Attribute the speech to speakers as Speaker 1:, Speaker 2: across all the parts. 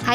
Speaker 1: Hi,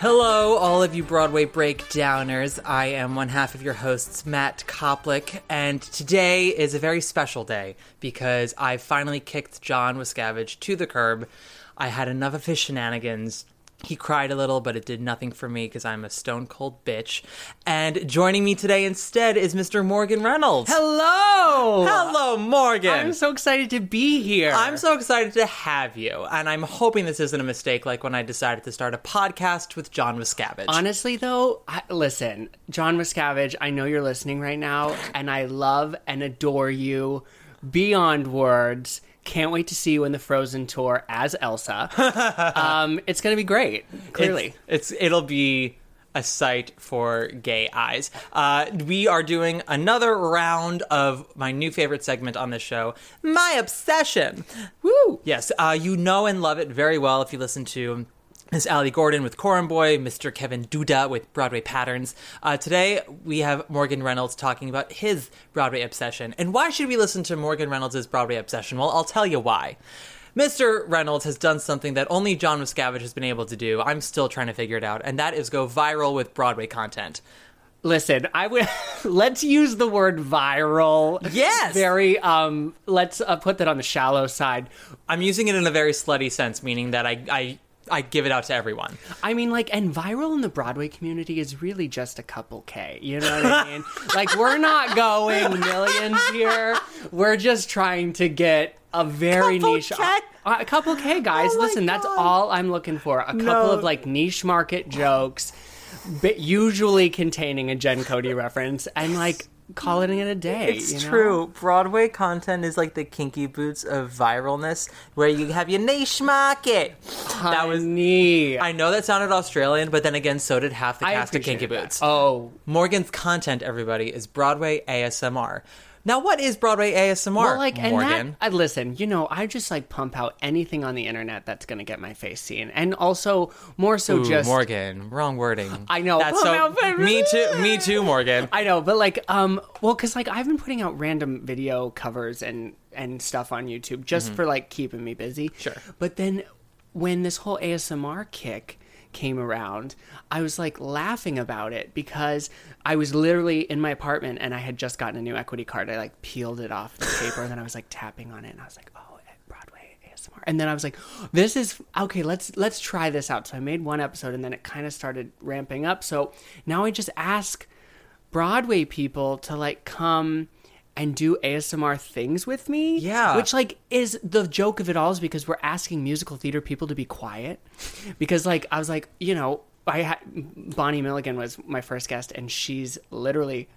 Speaker 2: Hello, all of you Broadway breakdowners. I am one half of your hosts, Matt Koplick, and today is a very special day because I finally kicked John Wiscavige to the curb. I had enough of his shenanigans. He cried a little, but it did nothing for me because I'm a stone cold bitch. And joining me today instead is Mr. Morgan Reynolds.
Speaker 3: Hello!
Speaker 2: Hello, Morgan!
Speaker 3: I'm so excited to be here.
Speaker 2: I'm so excited to have you, and I'm hoping this isn't a mistake like when I decided to start a podcast with John Miscavige.
Speaker 3: Honestly, though, I, listen, John Miscavige, I know you're listening right now, and I love and adore you beyond words. Can't wait to see you in the Frozen tour as Elsa. um, it's going to be great, clearly.
Speaker 2: It's, it's it'll be a sight for gay eyes. Uh, we are doing another round of my new favorite segment on this show, My Obsession.
Speaker 3: Woo!
Speaker 2: Yes, uh, you know and love it very well if you listen to Miss Ali Gordon with Corum Boy, Mr. Kevin Duda with Broadway Patterns. Uh, today, we have Morgan Reynolds talking about his Broadway obsession. And why should we listen to Morgan Reynolds' Broadway obsession? Well, I'll tell you why. Mr. Reynolds has done something that only John Miscavige has been able to do. I'm still trying to figure it out, and that is go viral with Broadway content.
Speaker 3: Listen, I would let's use the word viral.
Speaker 2: Yes.
Speaker 3: Very um let's uh, put that on the shallow side.
Speaker 2: I'm using it in a very slutty sense, meaning that I, I I give it out to everyone.
Speaker 3: I mean, like, and viral in the Broadway community is really just a couple K. You know what I mean? like, we're not going millions here. We're just trying to get a very
Speaker 2: Couple
Speaker 3: niche.
Speaker 2: K?
Speaker 3: A couple K, guys.
Speaker 2: Oh my
Speaker 3: Listen, that's
Speaker 2: God.
Speaker 3: all I'm looking for. A couple
Speaker 2: No.
Speaker 3: of, like, niche market jokes, but usually containing a Jen Cody reference, and, like, call it in a day.
Speaker 2: It's
Speaker 3: you know?
Speaker 2: true. Broadway content is like the kinky boots of viralness, where you have your niche market. That was.
Speaker 3: Honey.
Speaker 2: I know that sounded Australian, but then again, so did half the
Speaker 3: I
Speaker 2: cast of Kinky
Speaker 3: appreciate that.
Speaker 2: Boots.
Speaker 3: Oh,
Speaker 2: Morgan's content, everybody, is Broadway ASMR. Now, what is Broadway ASMR?
Speaker 3: Well, like, and
Speaker 2: Morgan.
Speaker 3: that, I listen, you know, I just like pump out anything on the internet that's going to get my face seen. And also, more so
Speaker 2: Ooh,
Speaker 3: just.
Speaker 2: Morgan, wrong wording.
Speaker 3: I know.
Speaker 2: That's
Speaker 3: Oh,
Speaker 2: so.
Speaker 3: no, but-
Speaker 2: me too. Me too, Morgan.
Speaker 3: I know, but like, um, well, cause like I've been putting out random video covers and and stuff on YouTube just for like keeping me busy.
Speaker 2: Sure.
Speaker 3: But then when this whole ASMR kick came around, I was like laughing about it because I was literally in my apartment and I had just gotten a new equity card. I like peeled it off the paper and then I was like tapping on it and I was like, oh, Broadway ASMR. And then I was like, this is okay, let's let's try this out. So I made one episode and then it kind of started ramping up. So now I just ask Broadway people to like come and do ASMR things with me.
Speaker 2: Yeah.
Speaker 3: Which like is the joke of it all is because we're asking musical theater people to be quiet. Because like I was like, you know, I ha- Bonnie Milligan was my first guest and she's literally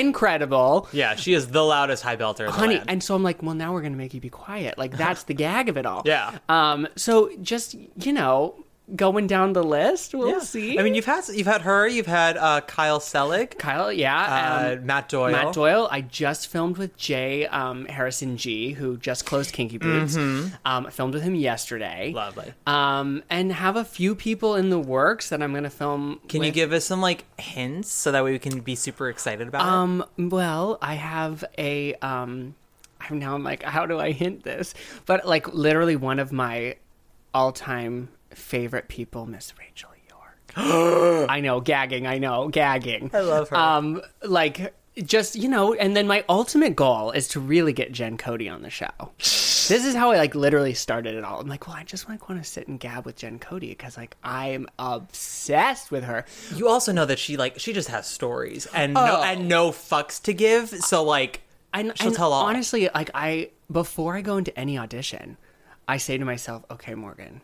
Speaker 3: incredible
Speaker 2: yeah, she is the loudest high belter. in the
Speaker 3: honey
Speaker 2: land.
Speaker 3: and so i'm like well now we're gonna make you be quiet like that's the gag of it all
Speaker 2: Yeah.
Speaker 3: um so just you know going down the list. We'll see.
Speaker 2: I mean, you've had you've had her, you've had uh, Kyle Selleck,
Speaker 3: Kyle, yeah, um,
Speaker 2: uh, Matt Doyle.
Speaker 3: Matt Doyle. I just filmed with Jay um, Harrison G, who just closed Kinky Boots.
Speaker 2: Mm-hmm.
Speaker 3: Um, I filmed with him yesterday.
Speaker 2: Lovely.
Speaker 3: Um, and have a few people in the works that I'm going to film.
Speaker 2: Can you give us some like hints so that way we can be super excited about it?
Speaker 3: Um, well, I have a. Um, I'm now I'm like, how do I hint this? But like, literally, one of my all-time favorite people, Miss Rachel York. I know, gagging. I know, gagging. I
Speaker 2: love her.
Speaker 3: Um, like, just you know. And then my ultimate goal is to really get Jen Cody on the show. This is how I like literally started it all. I'm like, well, I just like want to sit and gab with Jen Cody because like I'm obsessed with her.
Speaker 2: You also know that she like she just has stories and
Speaker 3: Oh.
Speaker 2: no, and no fucks to give. So like,
Speaker 3: and,
Speaker 2: She'll
Speaker 3: and
Speaker 2: tell all.
Speaker 3: honestly like i before i go into any audition i say to myself okay morgan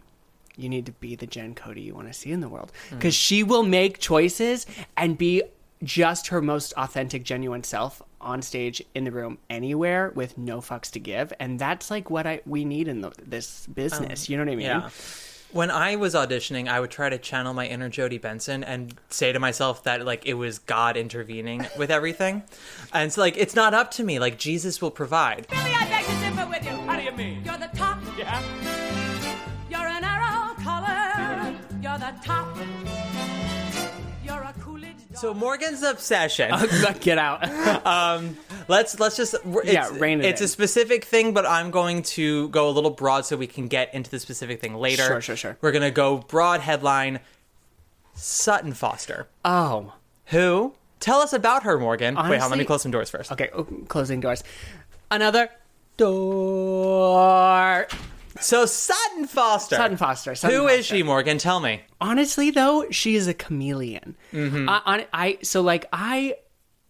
Speaker 3: you need to be the jen cody you want to see in the world
Speaker 2: Hmm.
Speaker 3: because she will make choices and be just her most authentic genuine self on stage in the room anywhere with no fucks to give and that's like what i we need in the, this business you know what i mean
Speaker 2: Oh, yeah. When I was auditioning, I would try to channel my inner Jodie Benson and say to myself that like it was God intervening with everything, and it's like it's not up to me. Like Jesus will provide.
Speaker 4: Billy, I beg to differ with you. How do you mean? You're the top. Yeah. You're an arrow collar. You're the top. You're a Coolidge. dog.
Speaker 2: So Morgan's obsession.
Speaker 3: get out
Speaker 2: Let's let's just we're- it's,
Speaker 3: Yeah, rein it
Speaker 2: It's
Speaker 3: in.
Speaker 2: a specific thing, but I'm going to go a little broad so we can get into the specific thing later.
Speaker 3: Sure, sure, sure.
Speaker 2: We're gonna go broad headline. Sutton Foster,
Speaker 3: oh
Speaker 2: who tell us about her, Morgan. Wait, how
Speaker 3: Honestly-
Speaker 2: let me close some doors first.
Speaker 3: okay oh, closing doors another door
Speaker 2: So Sutton Foster.
Speaker 3: Sutton Foster, Sutton
Speaker 2: Who is
Speaker 3: Foster.
Speaker 2: she, Morgan? Tell me.
Speaker 3: honestly though she is a chameleon
Speaker 2: Mm-hmm.
Speaker 3: I, on, I so like i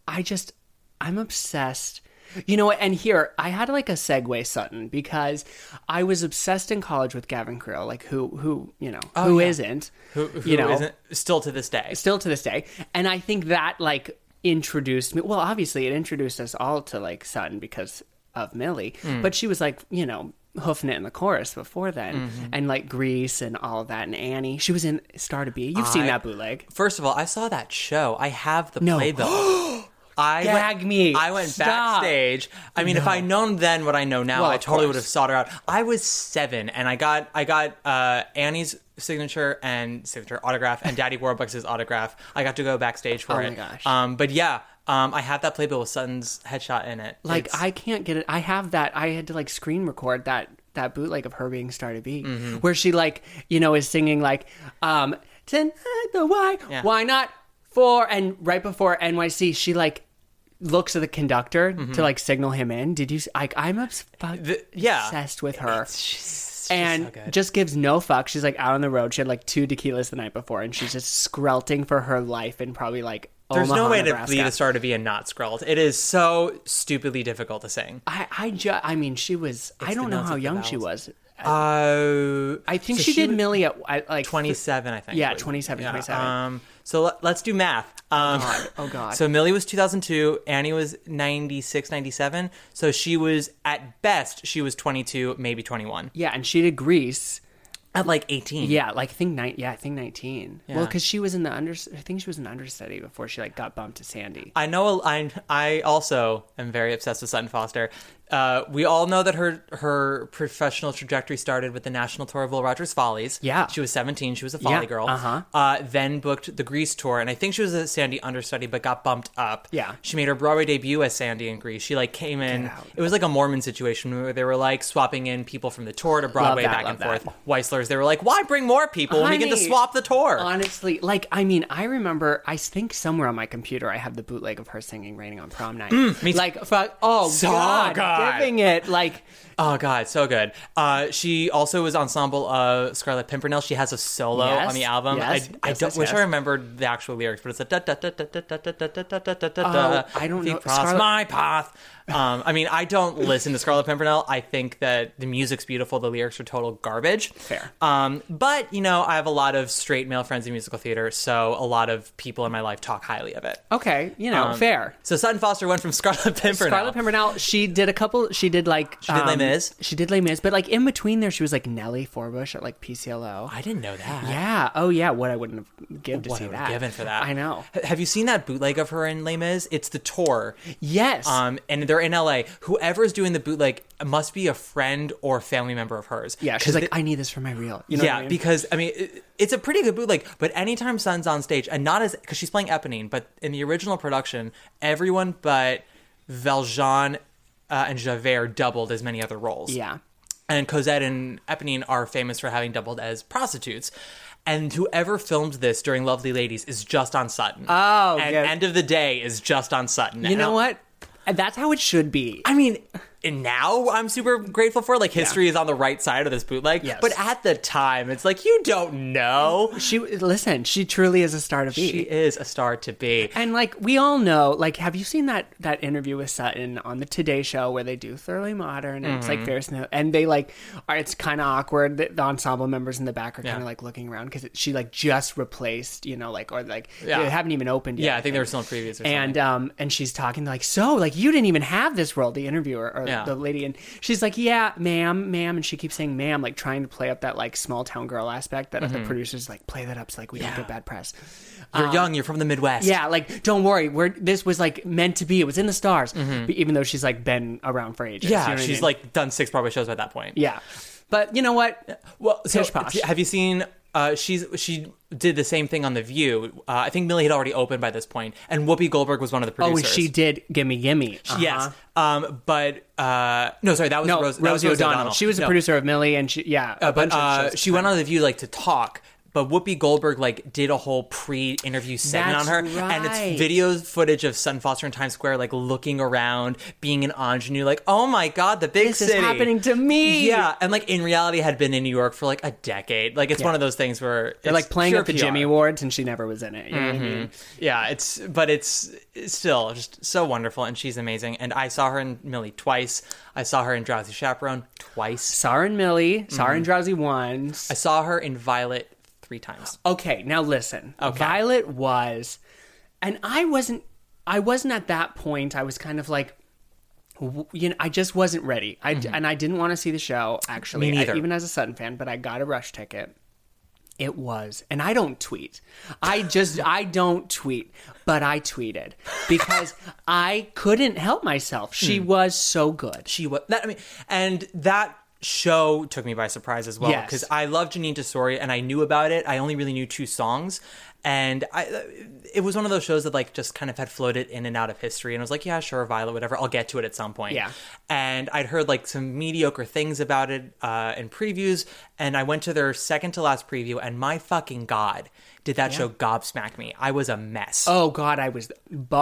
Speaker 3: i just i'm obsessed you know what and here i had like a segue sutton because i was obsessed in college with gavin creel like who who you know who not
Speaker 2: Oh, Who, who
Speaker 3: you know
Speaker 2: isn't still to this day?
Speaker 3: still to this day and i think that like introduced me well obviously it introduced us all to like sutton because of millie but she was like you know hoofing it in the chorus before then and like grease and all that and annie she was in star to be you've seen
Speaker 2: I-
Speaker 3: that bootleg
Speaker 2: First of all, I saw that show. I have the
Speaker 3: No.
Speaker 2: playbill. I
Speaker 3: Gag
Speaker 2: went,
Speaker 3: me.
Speaker 2: I went
Speaker 3: Stop.
Speaker 2: backstage. I mean, if I'd known then what I know now,
Speaker 3: Well,
Speaker 2: I
Speaker 3: of
Speaker 2: totally would
Speaker 3: course.
Speaker 2: have sought her out. I was seven, and I got I got uh, Annie's signature and signature autograph, and Daddy Warbucks' autograph. I got to go backstage for
Speaker 3: Oh my
Speaker 2: it.
Speaker 3: gosh.
Speaker 2: Um, but yeah, um, I have that playbill with Sutton's headshot in it.
Speaker 3: like
Speaker 2: It's-
Speaker 3: i can't get it i have that i had to like screen record that that bootleg of her being star to be
Speaker 2: Mm-hmm.
Speaker 3: where she like you know is singing like um tonight the why why not for and right before nyc she like looks at the conductor
Speaker 2: Mm-hmm.
Speaker 3: to like signal him in did you s- like i'm obs- fuck-
Speaker 2: yeah.
Speaker 3: obsessed with her
Speaker 2: uh, she's- she's
Speaker 3: and
Speaker 2: so good.
Speaker 3: just gives no fuck. She's like out on the road. She had like two tequilas the night before, and she's just skrelting for her life and probably like
Speaker 2: There's
Speaker 3: Omaha,
Speaker 2: no way
Speaker 3: Nebraska.
Speaker 2: to bleed a star to be and not scrawled. It is so stupidly difficult to sing.
Speaker 3: I I ju- I mean, she was. I don't know
Speaker 2: nuts
Speaker 3: how
Speaker 2: of the
Speaker 3: young she
Speaker 2: vowels.
Speaker 3: was.
Speaker 2: Uh,
Speaker 3: I think
Speaker 2: so
Speaker 3: she, did
Speaker 2: was
Speaker 3: Millie at I- like
Speaker 2: 27, I think.
Speaker 3: Yeah,
Speaker 2: was-
Speaker 3: 27,
Speaker 2: yeah,
Speaker 3: 27.
Speaker 2: Um, so let, let's do math. Um,
Speaker 3: God, oh God.
Speaker 2: So Millie was 2002, Annie was 96, 97. So she was at best she was 22, maybe 21.
Speaker 3: Yeah, and she did Grease.
Speaker 2: At like 18.
Speaker 3: Yeah, like I think nine. Yeah, I think nineteen. Well, because she was in the under. I think she was an understudy before she like got bumped to Sandy.
Speaker 2: I know. a- I I also am very obsessed with Sutton Foster. Uh, we all know that her her professional trajectory started with the national tour of Will Rogers Follies.
Speaker 3: Yeah.
Speaker 2: she was seventeen. She was a Folly
Speaker 3: Yeah,
Speaker 2: girl.
Speaker 3: uh-huh.
Speaker 2: Uh, Then booked the Grease tour, and I think she was a Sandy understudy, but got bumped up.
Speaker 3: Yeah.
Speaker 2: she made her Broadway debut as Sandy in Grease. She like came in. It was like a Mormon situation where they were like swapping in people from the tour to Broadway
Speaker 3: that,
Speaker 2: back and
Speaker 3: love that.
Speaker 2: forth. Weislers. They were like, why bring more people when we can just
Speaker 3: Honey,
Speaker 2: swap the tour?
Speaker 3: Honestly, like I mean, I remember. I think somewhere on my computer, I have the bootleg of her singing "Raining on Prom Night."
Speaker 2: Mm, me too.
Speaker 3: like fuck. Oh
Speaker 2: So
Speaker 3: God,
Speaker 2: good.
Speaker 3: giving it like
Speaker 2: Oh god, so good. Uh, she also was ensemble of Scarlet Pimpernel. She has a solo
Speaker 3: Yes,
Speaker 2: on the album.
Speaker 3: yes,
Speaker 2: I, I
Speaker 3: yes,
Speaker 2: don't
Speaker 3: yes,
Speaker 2: wish
Speaker 3: yes.
Speaker 2: I remembered the actual lyrics, but it's a da da da da da da da da da da da da da da.
Speaker 3: Oh, I don't
Speaker 2: The
Speaker 3: know-
Speaker 2: cross
Speaker 3: Scarlet-
Speaker 2: my path. Um, I mean, I don't listen to Scarlet Pimpernel. I think that the music's beautiful. The lyrics are total garbage.
Speaker 3: Fair.
Speaker 2: Um, but you know, I have a lot of straight male friends in musical theater, so a lot of people in my life talk highly of it. Um,
Speaker 3: okay, you know, fair.
Speaker 2: So Sutton Foster went from Scarlet Pimpernel.
Speaker 3: Scarlett Pimpernel. She did a couple. She did like
Speaker 2: did Les Mis. Mis.
Speaker 3: um, She did Les Mis, but like in between there, she was like Nellie Forbush at like PCLO.
Speaker 2: I didn't know that.
Speaker 3: yeah. Oh yeah. What I wouldn't have given to
Speaker 2: What
Speaker 3: see
Speaker 2: I would
Speaker 3: that.
Speaker 2: have given for that.
Speaker 3: I know.
Speaker 2: H- Have you seen that bootleg of her in Les Mis? It's the tour.
Speaker 3: Yes.
Speaker 2: Um, and they're in LA. Whoever's doing the bootleg must be a friend or family member of hers.
Speaker 3: yeah.
Speaker 2: 'Cause
Speaker 3: She's like,
Speaker 2: they-
Speaker 3: I need this for my reel. You know.
Speaker 2: yeah,
Speaker 3: What I mean?
Speaker 2: because I mean, it, it's a pretty good bootleg. But anytime Sun's on stage, and not as because she's playing Eponine, but in the original production, everyone but Valjean uh, and Javert doubled as many other roles.
Speaker 3: Yeah.
Speaker 2: and Cosette and Eponine are famous for having doubled as prostitutes. And whoever filmed this during Lovely Ladies is just on Sutton.
Speaker 3: Oh,
Speaker 2: and
Speaker 3: good.
Speaker 2: end of the day is just on Sutton.
Speaker 3: You know what? And That's how it should be.
Speaker 2: I mean, and now I'm super grateful for like history is on the right side of this bootleg.
Speaker 3: Yes.
Speaker 2: But at the time, it's like you don't know.
Speaker 3: She listen. She truly is a star to be.
Speaker 2: She is a star to be.
Speaker 3: And like we all know, like have you seen that that interview with Sutton on the Today Show where they do Thoroughly Modern and it's
Speaker 2: Mm-hmm.
Speaker 3: like Ferris and and they like are it's kind of awkward. The, the ensemble members in the back are kind of
Speaker 2: Yeah.
Speaker 3: like looking around because she like just replaced, you know, like or like
Speaker 2: Yeah.
Speaker 3: they haven't even opened yet.
Speaker 2: Yeah, I think they were still in previous or something.
Speaker 3: And um and she's talking like so like you didn't even have this role the interviewer or
Speaker 2: Yeah.
Speaker 3: the lady and she's like yeah ma'am ma'am and she keeps saying ma'am like trying to play up that like small town girl aspect that
Speaker 2: Mm-hmm.
Speaker 3: the producers like play that up so like we don't get bad press
Speaker 2: you're young, you're from the Midwest.
Speaker 3: um, yeah, like don't worry, we're this was like meant to be. It was in the stars, but even though she's like been around for ages.
Speaker 2: Mm-hmm. Yeah,
Speaker 3: you know what I
Speaker 2: she's
Speaker 3: mean?
Speaker 2: like done six Broadway shows by that point.
Speaker 3: yeah. But you know what?
Speaker 2: Well, so
Speaker 3: Pish posh.
Speaker 2: have you seen? Uh, she's she did the same thing on The View. Uh, I think Millie had already opened by this point, and Whoopi Goldberg was one of the
Speaker 3: Oh,
Speaker 2: producers.
Speaker 3: and she did gimme gimme. Uh-huh.
Speaker 2: Yes, um, but uh, no, sorry, that was
Speaker 3: No,
Speaker 2: Rose, that was
Speaker 3: Rosie O'Donnell. She was a
Speaker 2: No.
Speaker 3: producer of Millie, and she yeah. a
Speaker 2: Uh, but
Speaker 3: bunch of
Speaker 2: uh,
Speaker 3: shows.
Speaker 2: she went on the View like to talk. But Whoopi Goldberg like did a whole pre-interview segment
Speaker 3: That's
Speaker 2: on her, and
Speaker 3: right.
Speaker 2: it's video footage of Sun Foster in Times Square like looking around, being an ingenue, like oh my god, the big
Speaker 3: This is
Speaker 2: city
Speaker 3: happening to me.
Speaker 2: Yeah, and like in reality, had been in New York for like a decade. Like it's one of those things where
Speaker 3: They're like playing at the Jimmy
Speaker 2: War.
Speaker 3: Awards, and she never was in it. You
Speaker 2: Mm-hmm.
Speaker 3: know what I mean?
Speaker 2: Yeah, it's but it's, it's still just so wonderful, and she's amazing. And I saw her in Millie twice. I saw her in Drowsy Chaperone twice.
Speaker 3: Sar and Millie, Sar
Speaker 2: Mm-hmm.
Speaker 3: and Drowsy once.
Speaker 2: I saw her in Violet three times.
Speaker 3: Okay, now listen. Violet was, and I wasn't. I wasn't at that point. I was kind of like, w- you know, I just wasn't ready. I and I didn't want to see the show actually,
Speaker 2: Mm-hmm. Me
Speaker 3: I-
Speaker 2: neither.
Speaker 3: even as a Sutton fan. But I got a rush ticket. It was, and I don't tweet. I just I don't tweet, but I tweeted because I couldn't help myself. She
Speaker 2: Hmm.
Speaker 3: was so good.
Speaker 2: she was that I mean and that show took me by surprise as well
Speaker 3: Yes.
Speaker 2: because I love Janine Tesori and I knew about it. I only really knew two songs and I uh, it was one of those shows that like just kind of had floated in and out of history and I was like, yeah, sure, Violet, whatever, I'll get to it at some point.
Speaker 3: Yeah.
Speaker 2: And I'd heard like some mediocre things about it uh, in previews and I went to their second to last preview and my fucking god, did that show gobsmack me. I was a mess.
Speaker 3: Oh god, I was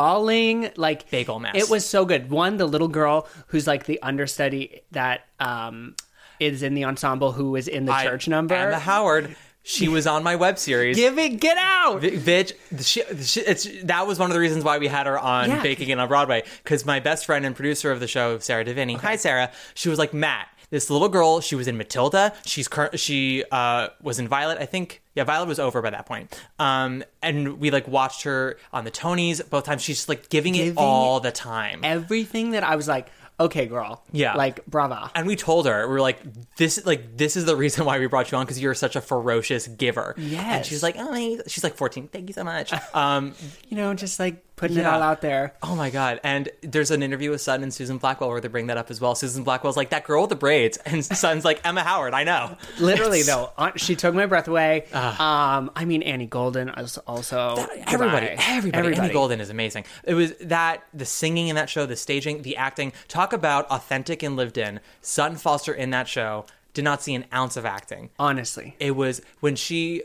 Speaker 3: bawling like
Speaker 2: Big ol' mess.
Speaker 3: It was so good. One, the little girl who's like the understudy that um is in the ensemble who is in the
Speaker 2: I-
Speaker 3: church number.
Speaker 2: Anna Howard. She was on my web series.
Speaker 3: Give it, get out.
Speaker 2: B- bitch she, she, it's, that was one of the reasons why we had her on
Speaker 3: Yeah.
Speaker 2: baking it on broadway because my best friend and producer of the show sarah deviney hi sarah she was like matt this little girl she was in matilda she's cur- she uh, was in violet i think yeah violet was over by that point um, and we like watched her on the tonys both times she's just like giving,
Speaker 3: Giving
Speaker 2: it all the time
Speaker 3: Everything that I was like, okay, girl.
Speaker 2: Yeah.
Speaker 3: Like, brava.
Speaker 2: and we told her we were like this like this is the reason why we brought you on because you're such a ferocious giver Yeah, and
Speaker 3: Yes.
Speaker 2: she's like oh my- she's like 14 thank you so much um
Speaker 3: You know, just like putting it
Speaker 2: Yeah.
Speaker 3: all out there.
Speaker 2: Oh my god! And there's an interview with Sutton and Susan Blackwell where they bring that up as well. Susan Blackwell's like that girl with the braids, and Sutton's like Emma Howard. I know.
Speaker 3: Literally though, uh, she took my breath away. um, I mean Annie Golden is also
Speaker 2: Everybody,
Speaker 3: goodbye.
Speaker 2: everybody, Andy Golden is amazing. It was that the singing in that show, the staging, the acting. Talk about authentic and lived in. Sutton Foster in that show did not see an ounce of acting.
Speaker 3: Honestly,
Speaker 2: it was when she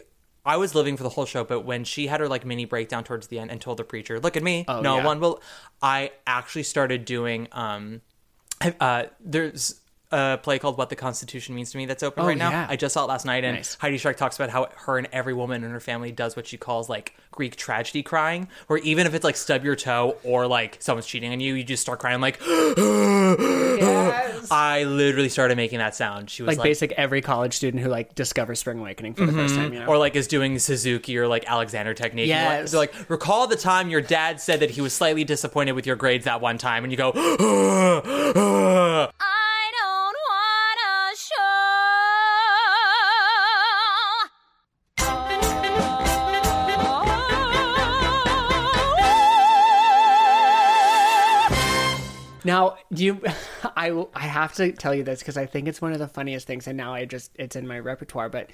Speaker 2: I was living for the whole show, but when she had her like mini breakdown towards the end and told the preacher, "Look at me, no
Speaker 3: Oh, yeah.
Speaker 2: one will." I actually started doing. um uh There's a play called "What the Constitution Means to Me" that's open right now.
Speaker 3: Oh, yeah.
Speaker 2: I just saw it last night, and
Speaker 3: Nice.
Speaker 2: Heidi Shrek talks about how her and every woman in her family does what she calls like Greek tragedy crying, where even if it's like stub your toe or like someone's cheating on you, you just start crying like. I literally started making that sound. She was
Speaker 3: like,
Speaker 2: like Mm-hmm.
Speaker 3: basic every college student who like discovers Spring Awakening for the first time. You know?
Speaker 2: or like is doing Suzuki or like Alexander technique.
Speaker 3: Yes.
Speaker 2: Like- So like recall the time your dad said that he was slightly disappointed with your grades that one time, and you go,
Speaker 1: I don't want
Speaker 3: Now, do you, I, I have to tell you this because I think it's one of the funniest things, and now I just it's in my repertoire. But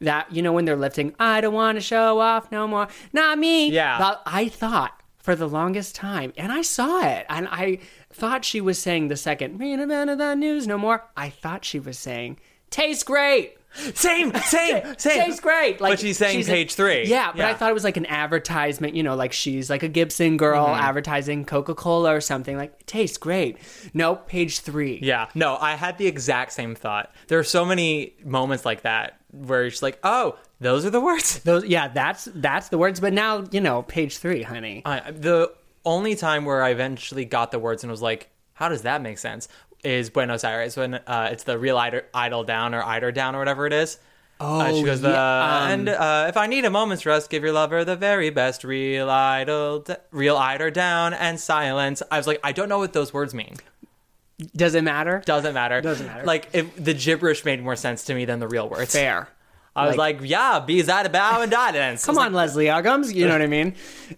Speaker 3: that you know when they're lifting, I don't want to show off no more, not me.
Speaker 2: Yeah.
Speaker 3: That- I thought for the longest time, and I saw it, and I thought she was saying the second "Read a man of the news no more." I thought she was saying "Tastes great."
Speaker 2: Same, same, same.
Speaker 3: Tastes great. Like
Speaker 2: but she's saying page three.
Speaker 3: Yeah, but I thought it was like an advertisement, you know, like she's like a Gibson girl
Speaker 2: Mm-hmm.
Speaker 3: advertising Coca-Cola or something. Like, it tastes great. Nope, page three.
Speaker 2: Yeah, no, I had the exact same thought. There are so many moments like that where you're just like, oh, those are the words.
Speaker 3: Those yeah, that's that's the words. But now, you know, page three, honey.
Speaker 2: I, the only time where I eventually got the words and was like, how does that make sense? Is Buenos Aires when uh, it's the real idle, idle down or eider down or whatever it is. Oh, she goes,
Speaker 3: yeah, um,
Speaker 2: "Uh, and uh, if I need a moment's rest, give your lover the very best real idle, d- real eider down and silence. I was like, I don't know what those words mean.
Speaker 3: Does it matter?
Speaker 2: Doesn't matter.
Speaker 3: Doesn't matter.
Speaker 2: Like if the gibberish made more sense to me than the real words.
Speaker 3: Fair.
Speaker 2: I was like, yeah, be that bow and dance.
Speaker 3: Come on, Leslie Uggams. You know what I mean?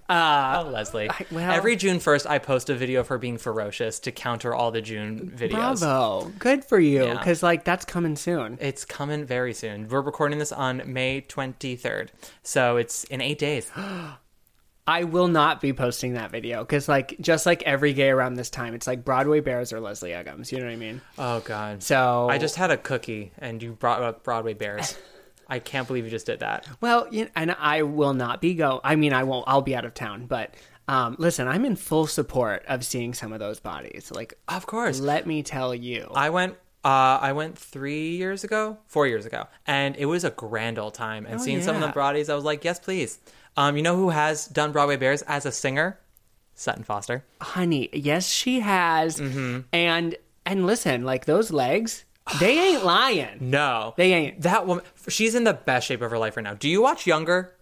Speaker 2: oh, Leslie.
Speaker 3: well-
Speaker 2: Every June 1st, I post a video of her being ferocious to counter all the June videos.
Speaker 3: Bravo. Good for you.
Speaker 2: Yeah.
Speaker 3: Because, like, that's coming soon.
Speaker 2: It's coming very soon. We're recording this on May 23rd. So it's in eight days.
Speaker 3: I will not be posting that video. Because, like, just like every gay around this time, it's like Broadway Bears or Leslie Uggams. You know what I mean?
Speaker 2: Oh, God.
Speaker 3: So
Speaker 2: I just had a cookie and you brought up Broadway Bears. I can't believe you just did that.
Speaker 3: Well, you and I will not be go. I mean, I won't. I'll be out of town. But um, listen, I'm in full support of seeing some of those bodies. Like,
Speaker 2: Of course.
Speaker 3: let me tell you,
Speaker 2: I went. Uh, I went three years ago, four years ago, and it was a grand old time. And seeing some of
Speaker 3: Oh, yeah.
Speaker 2: them Broadies, I was like, yes, please. Um, you know who has done Broadway Bears as a singer? Sutton Foster.
Speaker 3: honey. Yes, she has. And and listen, like those legs, they ain't lying.
Speaker 2: No,
Speaker 3: They ain't.
Speaker 2: That woman. She's in the best shape of her life right now. Do you watch Younger?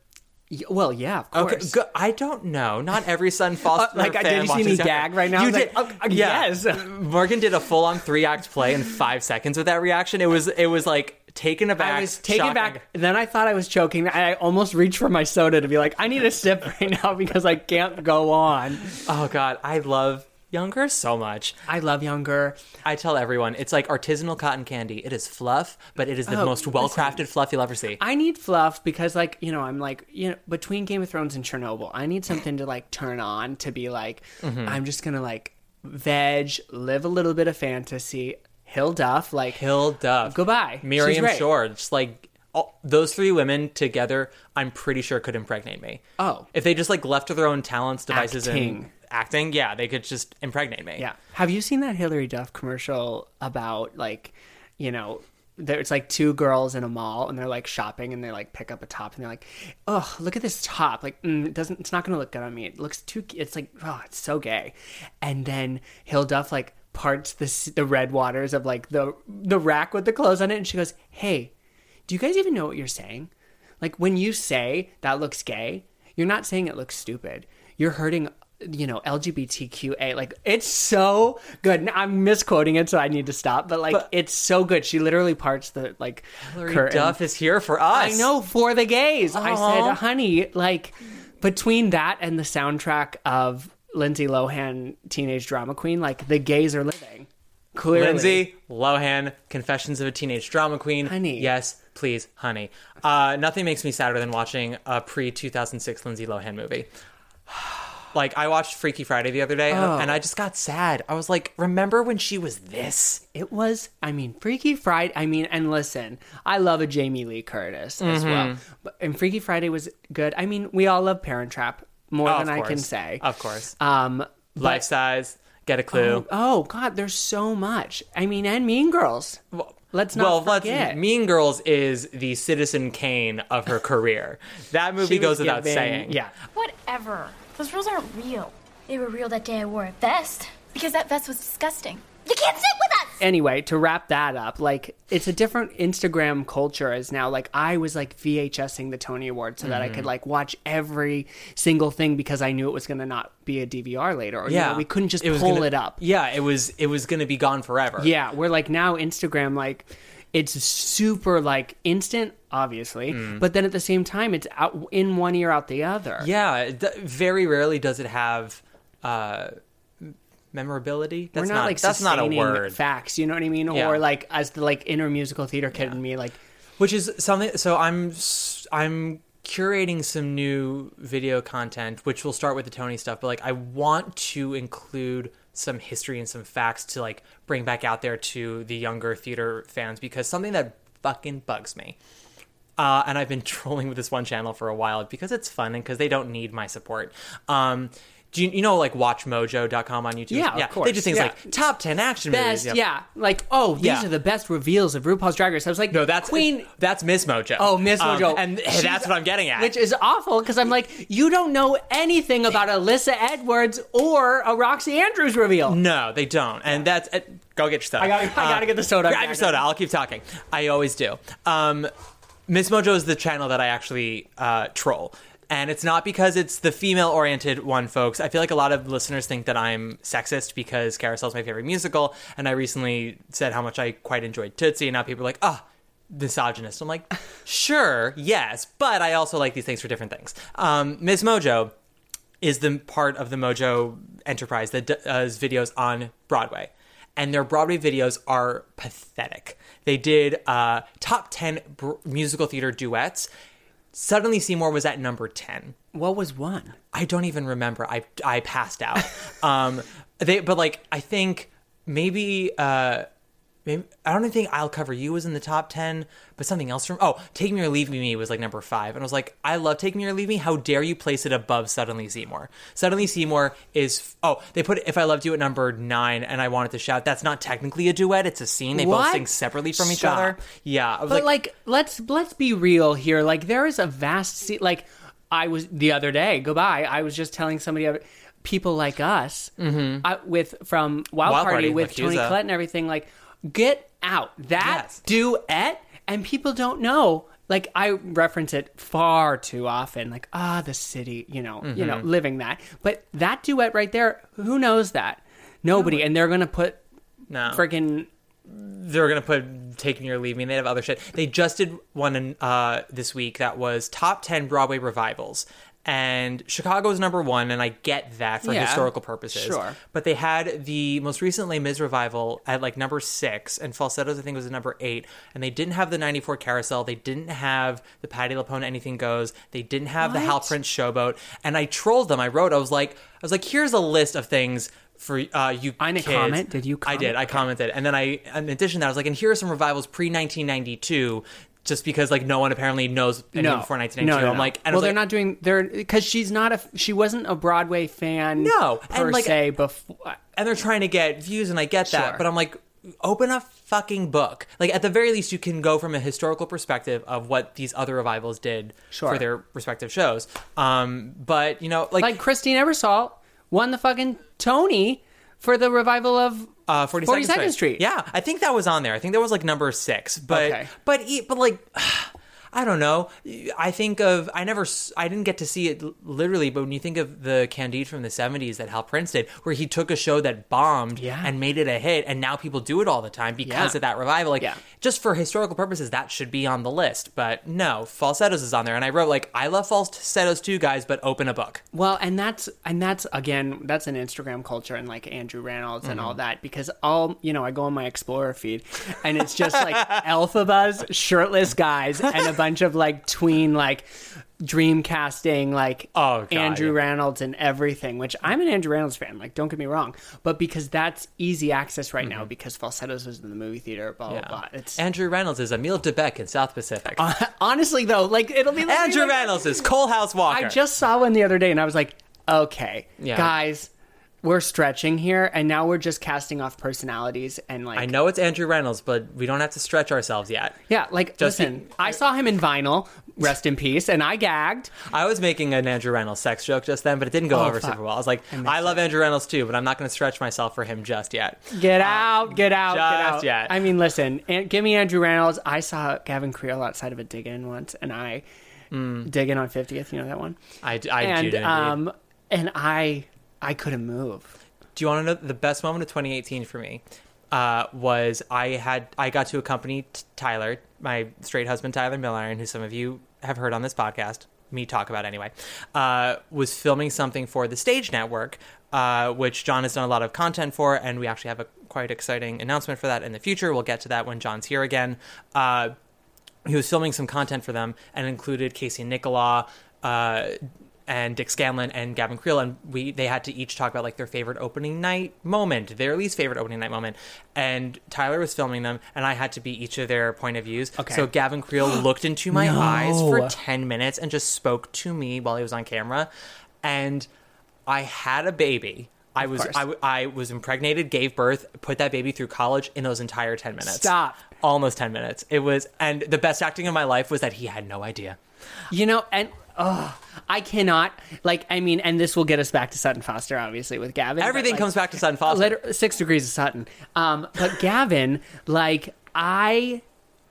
Speaker 3: Y- Well, yeah, of course. Uh,
Speaker 2: go- I don't know. Not every Sutton Foster.
Speaker 3: like, I-
Speaker 2: fan
Speaker 3: did you see
Speaker 2: watches
Speaker 3: me
Speaker 2: Younger.
Speaker 3: gag right now?
Speaker 2: You
Speaker 3: I was
Speaker 2: did.
Speaker 3: like, oh, yes.
Speaker 2: Morgan did a full-on three-act play in five seconds with that reaction. It was. It was like taken aback.
Speaker 3: I was taken
Speaker 2: shocking.
Speaker 3: back. Then I thought I was choking. I I almost reached for my soda to be like, I need a sip right now because I can't go on.
Speaker 2: Oh God, I love Younger so much.
Speaker 3: I love younger.
Speaker 2: I tell everyone it's like artisanal cotton candy. It is fluff, but it is the
Speaker 3: Oh,
Speaker 2: most well crafted fluff you'll ever see.
Speaker 3: I need fluff because, like, you know, I'm like, you know, between Game of Thrones and Chernobyl, I need something to like turn on to be like, I'm just gonna like veg, live a little bit of fantasy, Hill Duff, like
Speaker 2: Hill Duff,
Speaker 3: Goodbye. She's
Speaker 2: Miriam
Speaker 3: great.
Speaker 2: Shore. Just like all, those three women together, I'm pretty sure could impregnate me.
Speaker 3: Oh.
Speaker 2: if they just like left to their own talents, devices, and
Speaker 3: Acting.
Speaker 2: acting, yeah, they could just impregnate me.
Speaker 3: Yeah. Have you seen that Hillary Duff commercial about like, you know, there, it's like two girls in a mall and they're like shopping and they like pick up a top and they're like, oh, look at this top. Like, mm, it doesn't, it's not going to look good on me. It looks too, it's like, oh, it's so gay. And then Hill Duff like parts the, s- the red waters of like the, the rack with the clothes on it. And she goes, hey, do you guys even know what you're saying? Like when you say that looks gay, you're not saying it looks stupid. You're hurting, you know, LGBTQA. Like it's so good. And I'm misquoting it, so I need to stop. But like it's so good. She literally parts the like
Speaker 2: Hilary
Speaker 3: curtain.
Speaker 2: Duff is here for us.
Speaker 3: I know for the gays. I
Speaker 2: Aw.
Speaker 3: said, honey, like between that and the soundtrack of Lindsay Lohan, teenage drama queen, like the gays are living. Clearly,
Speaker 2: Lindsay Lohan, Confessions of a Teenage Drama Queen.
Speaker 3: Honey.
Speaker 2: Yes, please, honey. Uh, nothing makes me sadder than watching a pre 2006 Lindsay Lohan movie. Like, I watched Freaky Friday the other day and- and
Speaker 3: Oh.
Speaker 2: I just got sad. I was like, remember when she was this?
Speaker 3: It was, I mean, Freaky Friday. I mean, and listen, I love a Jamie Lee Curtis as
Speaker 2: Mm-hmm.
Speaker 3: well. But, and Freaky Friday was good. I mean, we all love Parent Trap more
Speaker 2: Oh,
Speaker 3: than
Speaker 2: of
Speaker 3: I can
Speaker 2: course.
Speaker 3: say.
Speaker 2: Of course.
Speaker 3: Um, but-
Speaker 2: Life size, get a clue.
Speaker 3: oh, God, there's so much. I mean, and Mean Girls. let's not
Speaker 2: well,
Speaker 3: forget.
Speaker 2: Mean Girls is the Citizen Kane of her career. That movie
Speaker 3: She
Speaker 2: goes
Speaker 3: was
Speaker 2: without
Speaker 3: giving-
Speaker 2: saying.
Speaker 3: Yeah.
Speaker 5: Whatever. Those rules aren't real. They were real that day I wore a vest. Because that vest was disgusting. You can't sit with us!
Speaker 3: Anyway, to wrap that up, like it's a different Instagram culture is now. Like I was like VHSing the Tony Award so that I
Speaker 2: Mm-hmm.
Speaker 3: could like watch every single thing because I knew it was going to not be a DVR later. Or, you know, we couldn't just
Speaker 2: was
Speaker 3: pull
Speaker 2: gonna-
Speaker 3: it up.
Speaker 2: Yeah, it was it was going to be gone forever.
Speaker 3: Yeah, we're like now Instagram like it's super like instant obviously,
Speaker 2: Mm.
Speaker 3: but then at the same time it's out in one ear out the other.
Speaker 2: Yeah, it d- very rarely does it have uh, memorability.
Speaker 3: That's We're not, like
Speaker 2: that's not a
Speaker 3: sustaining
Speaker 2: word.
Speaker 3: Facts, you know what I mean?
Speaker 2: Yeah.
Speaker 3: Or like as the like inner musical theater kid in me, like
Speaker 2: which is something so i'm s- i'm curating some new video content which will start with the tony stuff but like i want to include some history and some facts to like bring back out there to the younger theater fans because something that fucking bugs me uh, and I've been trolling with this one channel for a while because it's fun and because they don't need my support. Um, do you, you know like WatchMojo.com on YouTube?
Speaker 3: Yeah, of
Speaker 2: They do
Speaker 3: course,
Speaker 2: things
Speaker 3: yeah.
Speaker 2: like top ten action
Speaker 3: best,
Speaker 2: movies.
Speaker 3: yeah. Like, oh, these
Speaker 2: Yeah.
Speaker 3: are the best reveals of RuPaul's Drag Race. I was like,
Speaker 2: No, that's
Speaker 3: Queen
Speaker 2: That's Miss Mojo.
Speaker 3: Oh, Miss
Speaker 2: Um,
Speaker 3: Mojo.
Speaker 2: and
Speaker 3: She's-
Speaker 2: that's what I'm getting at.
Speaker 3: Which is awful because I'm like, you don't know anything about Alyssa Edwards or a Roxy Andrews reveal.
Speaker 2: No, they don't. And that's uh, go get your soda.
Speaker 3: I gotta- I gotta get the soda.
Speaker 2: Grab your soda. I'll keep talking. I always do. Um, Miss Mojo is the channel that I actually uh, troll. And it's not because it's the female oriented one, folks. I feel like a lot of listeners think that I'm sexist because Carousel is my favorite musical. And I recently said how much I quite enjoyed Tootsie. And now people are like, ah, misogynist. I'm like, sure, yes. But I also like these things for different things. Um, Miss Mojo is the part of the Mojo enterprise that uh, does videos on Broadway. And their Broadway videos are pathetic. They did uh, top 10 br- musical theater duets. Suddenly Seymour was at number 10.
Speaker 3: What was one?
Speaker 2: I don't even remember. I I passed out. um, they but like I think maybe uh, maybe I don't even think I'll cover you was in the top ten, but something else from oh Take Me or Leave Me was like number five, and I was like I love Take Me or Leave Me. How dare you place it above Suddenly Seymour? Suddenly Seymour is oh they put If I Loved You at number nine, and I wanted to shout that's not technically a duet. It's a scene. They both
Speaker 3: What?
Speaker 2: sing separately from each
Speaker 3: Stop.
Speaker 2: other. Yeah, I was
Speaker 3: But
Speaker 2: like
Speaker 3: like, let's let's be real here. Like there is a vast sea like I was the other day, goodbye. I was just telling somebody other people like us I- with from Wild,
Speaker 2: Mm-hmm. Wild
Speaker 3: Party,
Speaker 2: Party,
Speaker 3: with Tony
Speaker 2: Lacusa.
Speaker 3: Collette and everything, like, get out. That
Speaker 2: Yes.
Speaker 3: duet and people don't know. Like I reference it far too often, like, ah, the city, you know, you
Speaker 2: Mm-hmm.
Speaker 3: know, living that. But that duet right there, who knows that? Nobody. And they're gonna put
Speaker 2: no.
Speaker 3: freaking
Speaker 2: they're gonna put "Take Me or Leave Me." They have other shit. They just did one uh, this week that was top ten Broadway revivals, and Chicago's number one. And I get that for
Speaker 3: Yeah,
Speaker 2: historical purposes,
Speaker 3: sure.
Speaker 2: But they had the most recent Les Mis revival at like number six, and Falsettos I think was at number eight. And they didn't have the '94 Carousel. They didn't have the Patti LuPone Anything Goes. They didn't have the Hal Prince Showboat. And I trolled them. I wrote. I was like, I was like, here's a list of things. For uh, you
Speaker 3: I didn't
Speaker 2: kids.
Speaker 3: comment. Did you
Speaker 2: I did.
Speaker 3: comment?
Speaker 2: I commented, and then I, in addition, to that I was like, and here are some revivals pre 1992, just because like no one apparently knows anything before 1992. I'm like, and I
Speaker 3: well,
Speaker 2: was
Speaker 3: they're
Speaker 2: like,
Speaker 3: not doing they're because she's not a she wasn't a Broadway fan.
Speaker 2: No, and,
Speaker 3: per
Speaker 2: like-
Speaker 3: se before.
Speaker 2: and they're trying to get views, and I get that,
Speaker 3: Sure.
Speaker 2: but I'm like, open a fucking book. Like at the very least, you can go from a historical perspective of what these other revivals did
Speaker 3: Sure.
Speaker 2: for their respective shows. Um, but you know, like,
Speaker 3: Like Christine Ebersole won the fucking Tony for the revival of
Speaker 2: uh, 42nd,
Speaker 3: 42nd Street.
Speaker 2: Yeah, I think that was on there. I think that was like number six. But
Speaker 3: Okay.
Speaker 2: but e- but like. I don't know. I think of I never s- I didn't get to see it l- literally, but when you think of the Candide from the '70s that Hal Prince did, where he took a show that bombed
Speaker 3: Yeah.
Speaker 2: and made it a hit, and now people do it all the time because
Speaker 3: Yeah.
Speaker 2: of that revival. Like,
Speaker 3: Yeah.
Speaker 2: just for historical purposes, that should be on the list. But no, falsettos is on there, and I wrote like I love falsettos too, guys, but open a book.
Speaker 3: Well, and that's and that's again that's an Instagram culture and like Andrew Reynolds and
Speaker 2: Mm-hmm.
Speaker 3: all that because all you know I go on my Explorer feed and it's just like alpha buzz shirtless guys and a bunch of like tween like dream casting like
Speaker 2: Oh, God,
Speaker 3: Andrew
Speaker 2: yeah.
Speaker 3: Reynolds and everything which I'm an Andrew Reynolds fan like don't get me wrong but because that's easy access right
Speaker 2: Mm-hmm.
Speaker 3: now because falsettos is in the movie theater blah blah blah Oh, it's
Speaker 2: Andrew Reynolds is Emil DeBeck in South Pacific.
Speaker 3: honestly though like it'll be like
Speaker 2: Andrew
Speaker 3: like,
Speaker 2: Reynolds is Cole House Walker.
Speaker 3: I just saw one the other day and I was like, okay,
Speaker 2: Yeah.
Speaker 3: guys, we're stretching here and now we're just casting off personalities and like
Speaker 2: I know it's Andrew Reynolds, but we don't have to stretch ourselves yet.
Speaker 3: Yeah, like
Speaker 2: Just-
Speaker 3: listen, I saw him in vinyl, rest in peace, and I gagged.
Speaker 2: I was making an Andrew Reynolds sex joke just then, but it didn't go
Speaker 3: Oh,
Speaker 2: over
Speaker 3: fuck.
Speaker 2: super well. I was like, I, love Andrew Reynolds too, but I'm not going to stretch myself for him just yet.
Speaker 3: Get out, get out, get
Speaker 2: Uh, just
Speaker 3: out.
Speaker 2: yet.
Speaker 3: I mean, listen, and give me Andrew Reynolds. I saw Gavin Creel outside of a dig in once and I dig in on 50th, you know that one?
Speaker 2: I, Mm. I do.
Speaker 3: and
Speaker 2: indeed.
Speaker 3: um and I I couldn't move.
Speaker 2: do you want to know the best moment of 2018 for me? Uh, was I had I got to accompany t- Tyler, my straight husband Tyler Milliron, who some of you have heard on this podcast. me talk about anyway, uh, was filming something for the Stage Network, uh, which John has done a lot of content for, and we actually have a quite exciting announcement for that in the future. We'll get to that when John's here again. Uh, he was filming some content for them and included Casey Nicola. Uh, and Dick Scanlon and Gavin Creel, and we they had to each talk about like their favorite opening night moment, their least favorite opening night moment. And Tyler was filming them, and I had to be each of their point of views.
Speaker 3: Okay.
Speaker 2: So Gavin Creel looked into my
Speaker 3: No.
Speaker 2: eyes for ten minutes and just spoke to me while he was on camera, and I had a baby. I was
Speaker 3: course.
Speaker 2: I, w- I was impregnated, gave birth, put that baby through college in those entire ten minutes.
Speaker 3: Stop.
Speaker 2: Almost ten minutes. It was, and the best acting of my life was that he had no idea.
Speaker 3: You know, and oh, I cannot. Like, I mean, and this will get us back to Sutton Foster, obviously, with Gavin. but,
Speaker 2: Everything
Speaker 3: like,
Speaker 2: comes back to Sutton Foster.
Speaker 3: liter- six degrees of Sutton. Um, but Gavin, like, I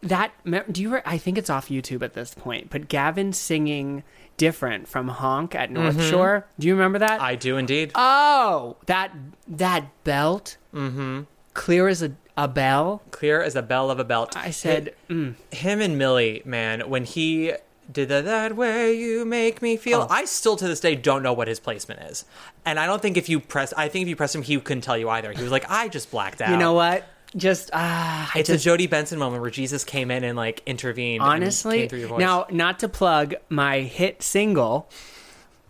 Speaker 3: that me- do you? Re- I think it's off YouTube at this point. But Gavin singing different from Honk at North
Speaker 2: Mhm.
Speaker 3: Shore. Do you remember that?
Speaker 2: I do indeed.
Speaker 3: oh, that that belt,
Speaker 2: mm-hmm.
Speaker 3: clear as a, a bell.
Speaker 2: clear as a bell of a belt. I
Speaker 3: said,
Speaker 2: him and Millie, man, when he did the, that way you make me feel.
Speaker 3: Oh.
Speaker 2: I still to this day don't know what his placement is, and I don't think if you press, I think if you press him, he couldn't tell you either. He was like, I just blacked out.
Speaker 3: You know what? Just ah, I
Speaker 2: It's
Speaker 3: just,
Speaker 2: a Jodie Benson moment where Jesus came in and like intervened. and
Speaker 3: honestly
Speaker 2: came through your voice.
Speaker 3: now not to plug my hit single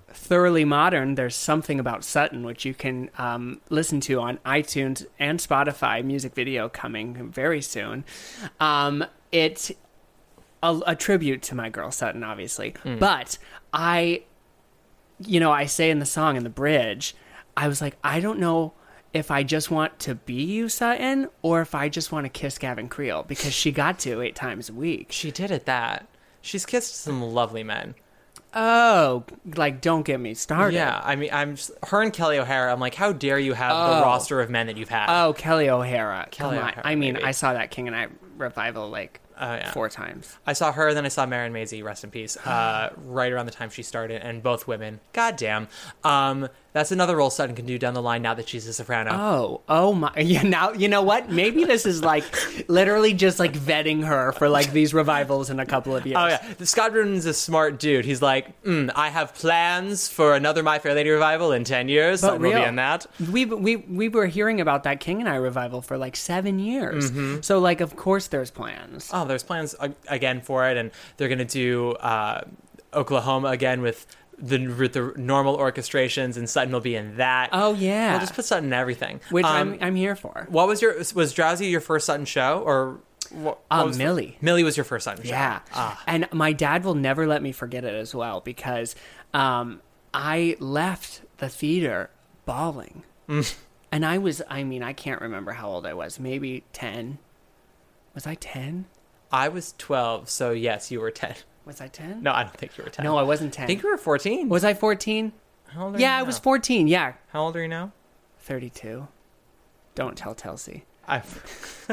Speaker 3: thoroughly modern there's something about sutton which you can um, listen to on itunes and spotify music video coming very soon um, it's a, a tribute to my girl sutton obviously
Speaker 2: Hmm.
Speaker 3: but i you know i say in the song in the bridge i was like i don't know if I just want to be you, Sutton, or if I just want to kiss Gavin Creel because she got to eight times a week.
Speaker 2: she did it. That she's kissed some lovely men.
Speaker 3: Oh, like don't get me started.
Speaker 2: Yeah, I mean, I'm just, her and Kelly O'Hara. I'm like, how dare you have the
Speaker 3: Oh.
Speaker 2: roster of men that you've had?
Speaker 3: Oh, Kelly O'Hara.
Speaker 2: Kelly
Speaker 3: Come on.
Speaker 2: O'Hara,
Speaker 3: I mean,
Speaker 2: maybe.
Speaker 3: I saw that King and I revival like
Speaker 2: Oh, yeah.
Speaker 3: four times.
Speaker 2: I saw her, then I saw Marin Maisie, rest in peace, uh, right around the time she started, and both women. God damn. Um, that's another role Sutton can do down the line now that she's a soprano.
Speaker 3: Oh, oh my! Yeah, now you know what? Maybe this is like literally just like vetting her for like these revivals in a couple of years.
Speaker 2: Oh yeah, Scott Rudin's a smart dude. He's like, mm, I have plans for another My Fair Lady revival in ten years.
Speaker 3: But
Speaker 2: Sutton will be
Speaker 3: real.
Speaker 2: in that.
Speaker 3: We we we were hearing about that King and I revival for like seven years.
Speaker 2: Mm-hmm.
Speaker 3: So like, of course, there's plans.
Speaker 2: Oh, there's plans a- again for it, and they're gonna do uh, Oklahoma again with the with the normal orchestrations, and Sutton will be in that.
Speaker 3: Oh yeah,
Speaker 2: We'll just put Sutton in everything.
Speaker 3: which
Speaker 2: Um,
Speaker 3: I'm I'm here for.
Speaker 2: What was your was Drowsy your first Sutton show or what,
Speaker 3: Uh,
Speaker 2: what was-
Speaker 3: Millie.
Speaker 2: Millie was your first Sutton show.
Speaker 3: Yeah.
Speaker 2: Ah.
Speaker 3: And my dad will never let me forget it as well because um, I left the theater bawling.
Speaker 2: Mm.
Speaker 3: and I was, I mean, I can't remember how old I was. Maybe 10. Was I 10?
Speaker 2: I was 12, so yes, you were 10.
Speaker 3: Was I 10?
Speaker 2: No, I don't think you were 10.
Speaker 3: No, I wasn't 10.
Speaker 2: I think you were 14.
Speaker 3: was I 14?
Speaker 2: How old are
Speaker 3: Yeah,
Speaker 2: you
Speaker 3: I
Speaker 2: now?
Speaker 3: was 14. Yeah.
Speaker 2: How old are you now?
Speaker 3: 32. Don't tell Telsey.
Speaker 2: I.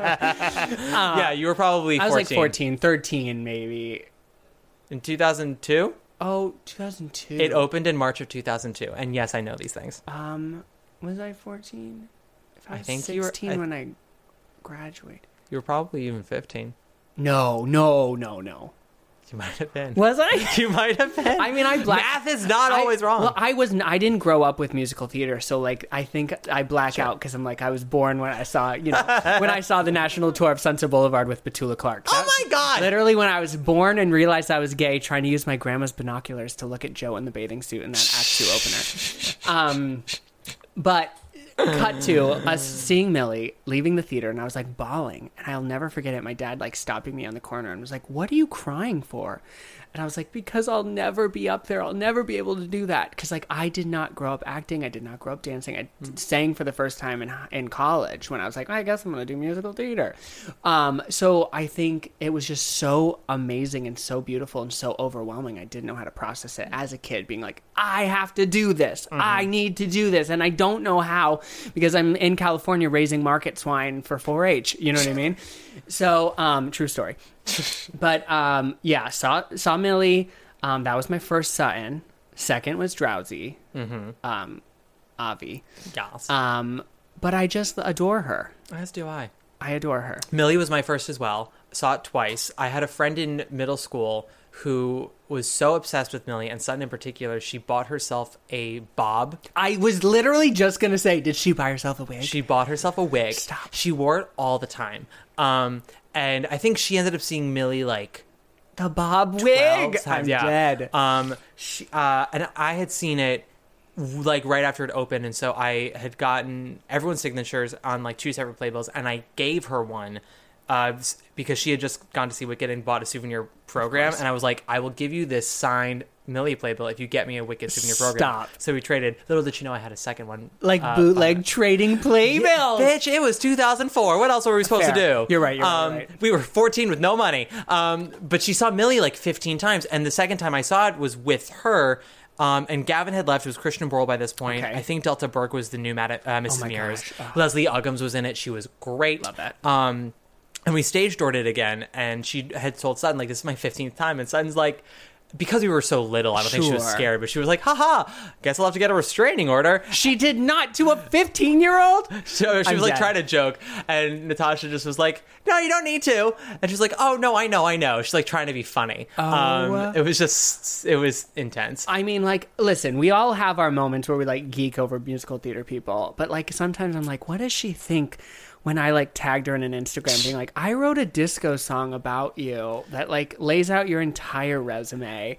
Speaker 2: yeah, you were probably 14.
Speaker 3: Uh, I was like 14, 13 maybe.
Speaker 2: In 2002?
Speaker 3: Oh, 2002.
Speaker 2: It opened in March of 2002. And yes, I know these things.
Speaker 3: um, was I 14? If I,
Speaker 2: I
Speaker 3: was
Speaker 2: think
Speaker 3: 16
Speaker 2: you were- I-
Speaker 3: when I graduated.
Speaker 2: You were probably even 15.
Speaker 3: No, no, no, no.
Speaker 2: You might have been.
Speaker 3: Was I?
Speaker 2: You might have been.
Speaker 3: I mean, I black.
Speaker 2: Math is not
Speaker 3: I-
Speaker 2: always wrong.
Speaker 3: Well, I wasn't. I didn't grow up with musical theater, so like, I think I black out because I'm like, I was born when I saw, you know, when I saw the national tour of Sunset Boulevard with Petula Clark.
Speaker 2: Oh my God!
Speaker 3: Literally, when I was born and realized I was gay, trying to use my grandma's binoculars to look at Joe in the bathing suit in that Act Two opener. Um, but cut to us seeing Millie leaving the theater, and I was like bawling, and I'll never forget it. My dad like stopping me on the corner and was like, "What are you crying for?" And I was like, "Because I'll never be up there. I'll never be able to do that." Because like I did not grow up acting. I did not grow up dancing. I sang for the first time in in college when I was like, "Oh, "I guess I'm gonna do musical theater." Um, so I think it was just so amazing and so beautiful and so overwhelming. I didn't know how to process it as a kid, being like, I have to do this. I need to do this. And I don't know how because I'm in California raising market swine for 4 H. You know what I mean? So, um, true story. But um, yeah, saw, saw Millie. Um, that was my first Sutton. Second was Drowsy, um, Avi.
Speaker 2: yes.
Speaker 3: Um, but I just adore her.
Speaker 2: Uh, As do I.
Speaker 3: I adore her.
Speaker 2: Millie was my first as well. saw it twice. I had a friend in middle school who was so obsessed with Millie and Sutton in particular, she bought herself a bob.
Speaker 3: I was literally just gonna say, did she buy herself a wig?
Speaker 2: She bought herself a wig. Stop. She wore it all the time. Um, and I think she ended up seeing Millie like
Speaker 3: the bob
Speaker 2: 12
Speaker 3: wig.
Speaker 2: times.
Speaker 3: I'm
Speaker 2: yeah.
Speaker 3: dead.
Speaker 2: Um, she, uh, and I had seen it like right after it opened, and so I had gotten everyone's signatures on like two separate playbills, and I gave her one uh, s- because she had just gone to see Wicked and bought a souvenir program, and I was like, I will give you this signed Millie playbill if you get me a Wicked souvenir program.
Speaker 3: Stop.
Speaker 2: So we traded. Little did she know I had a second one,
Speaker 3: like
Speaker 2: uh,
Speaker 3: bootleg trading playbills.
Speaker 2: Bitch, it was 2004. What else were we supposed
Speaker 3: Fair.
Speaker 2: to do?
Speaker 3: You're right, you're right,
Speaker 2: um,
Speaker 3: you're right.
Speaker 2: We were 14 with no money. Um, but she saw Millie like 15 times, and the second time I saw it was with her. Um, and Gavin had left. It was Christian Borle by this point.
Speaker 3: Okay. Oh
Speaker 2: I think Delta Burke was the new Mad- uh, Mrs.
Speaker 3: my
Speaker 2: Mears.
Speaker 3: gosh. Ugh.
Speaker 2: Leslie Uggams was in it. She was great.
Speaker 3: Love that.
Speaker 2: Um, and we stage doored it again, and she had told Sutton like, "This is my 15th time," and Sutton's like. Because we were so little, I don't think she was
Speaker 3: Sure.
Speaker 2: scared, but she was like, haha, guess I'll have to get a restraining order.
Speaker 3: She did not to a 15 year old.
Speaker 2: So she
Speaker 3: I'm
Speaker 2: was like
Speaker 3: dead.
Speaker 2: trying to joke, and Natasha just was like, "No, you don't need to." And she's like, "Oh no, I know, I know." She's like trying to be funny. Um, it was just, it was intense.
Speaker 3: Oh. I mean, like, listen, we all have our moments where we like geek over musical theater people, but like sometimes I'm like, what does she think? When I like tagged her in an Instagram being like, I wrote a disco song about you that like lays out your entire resume.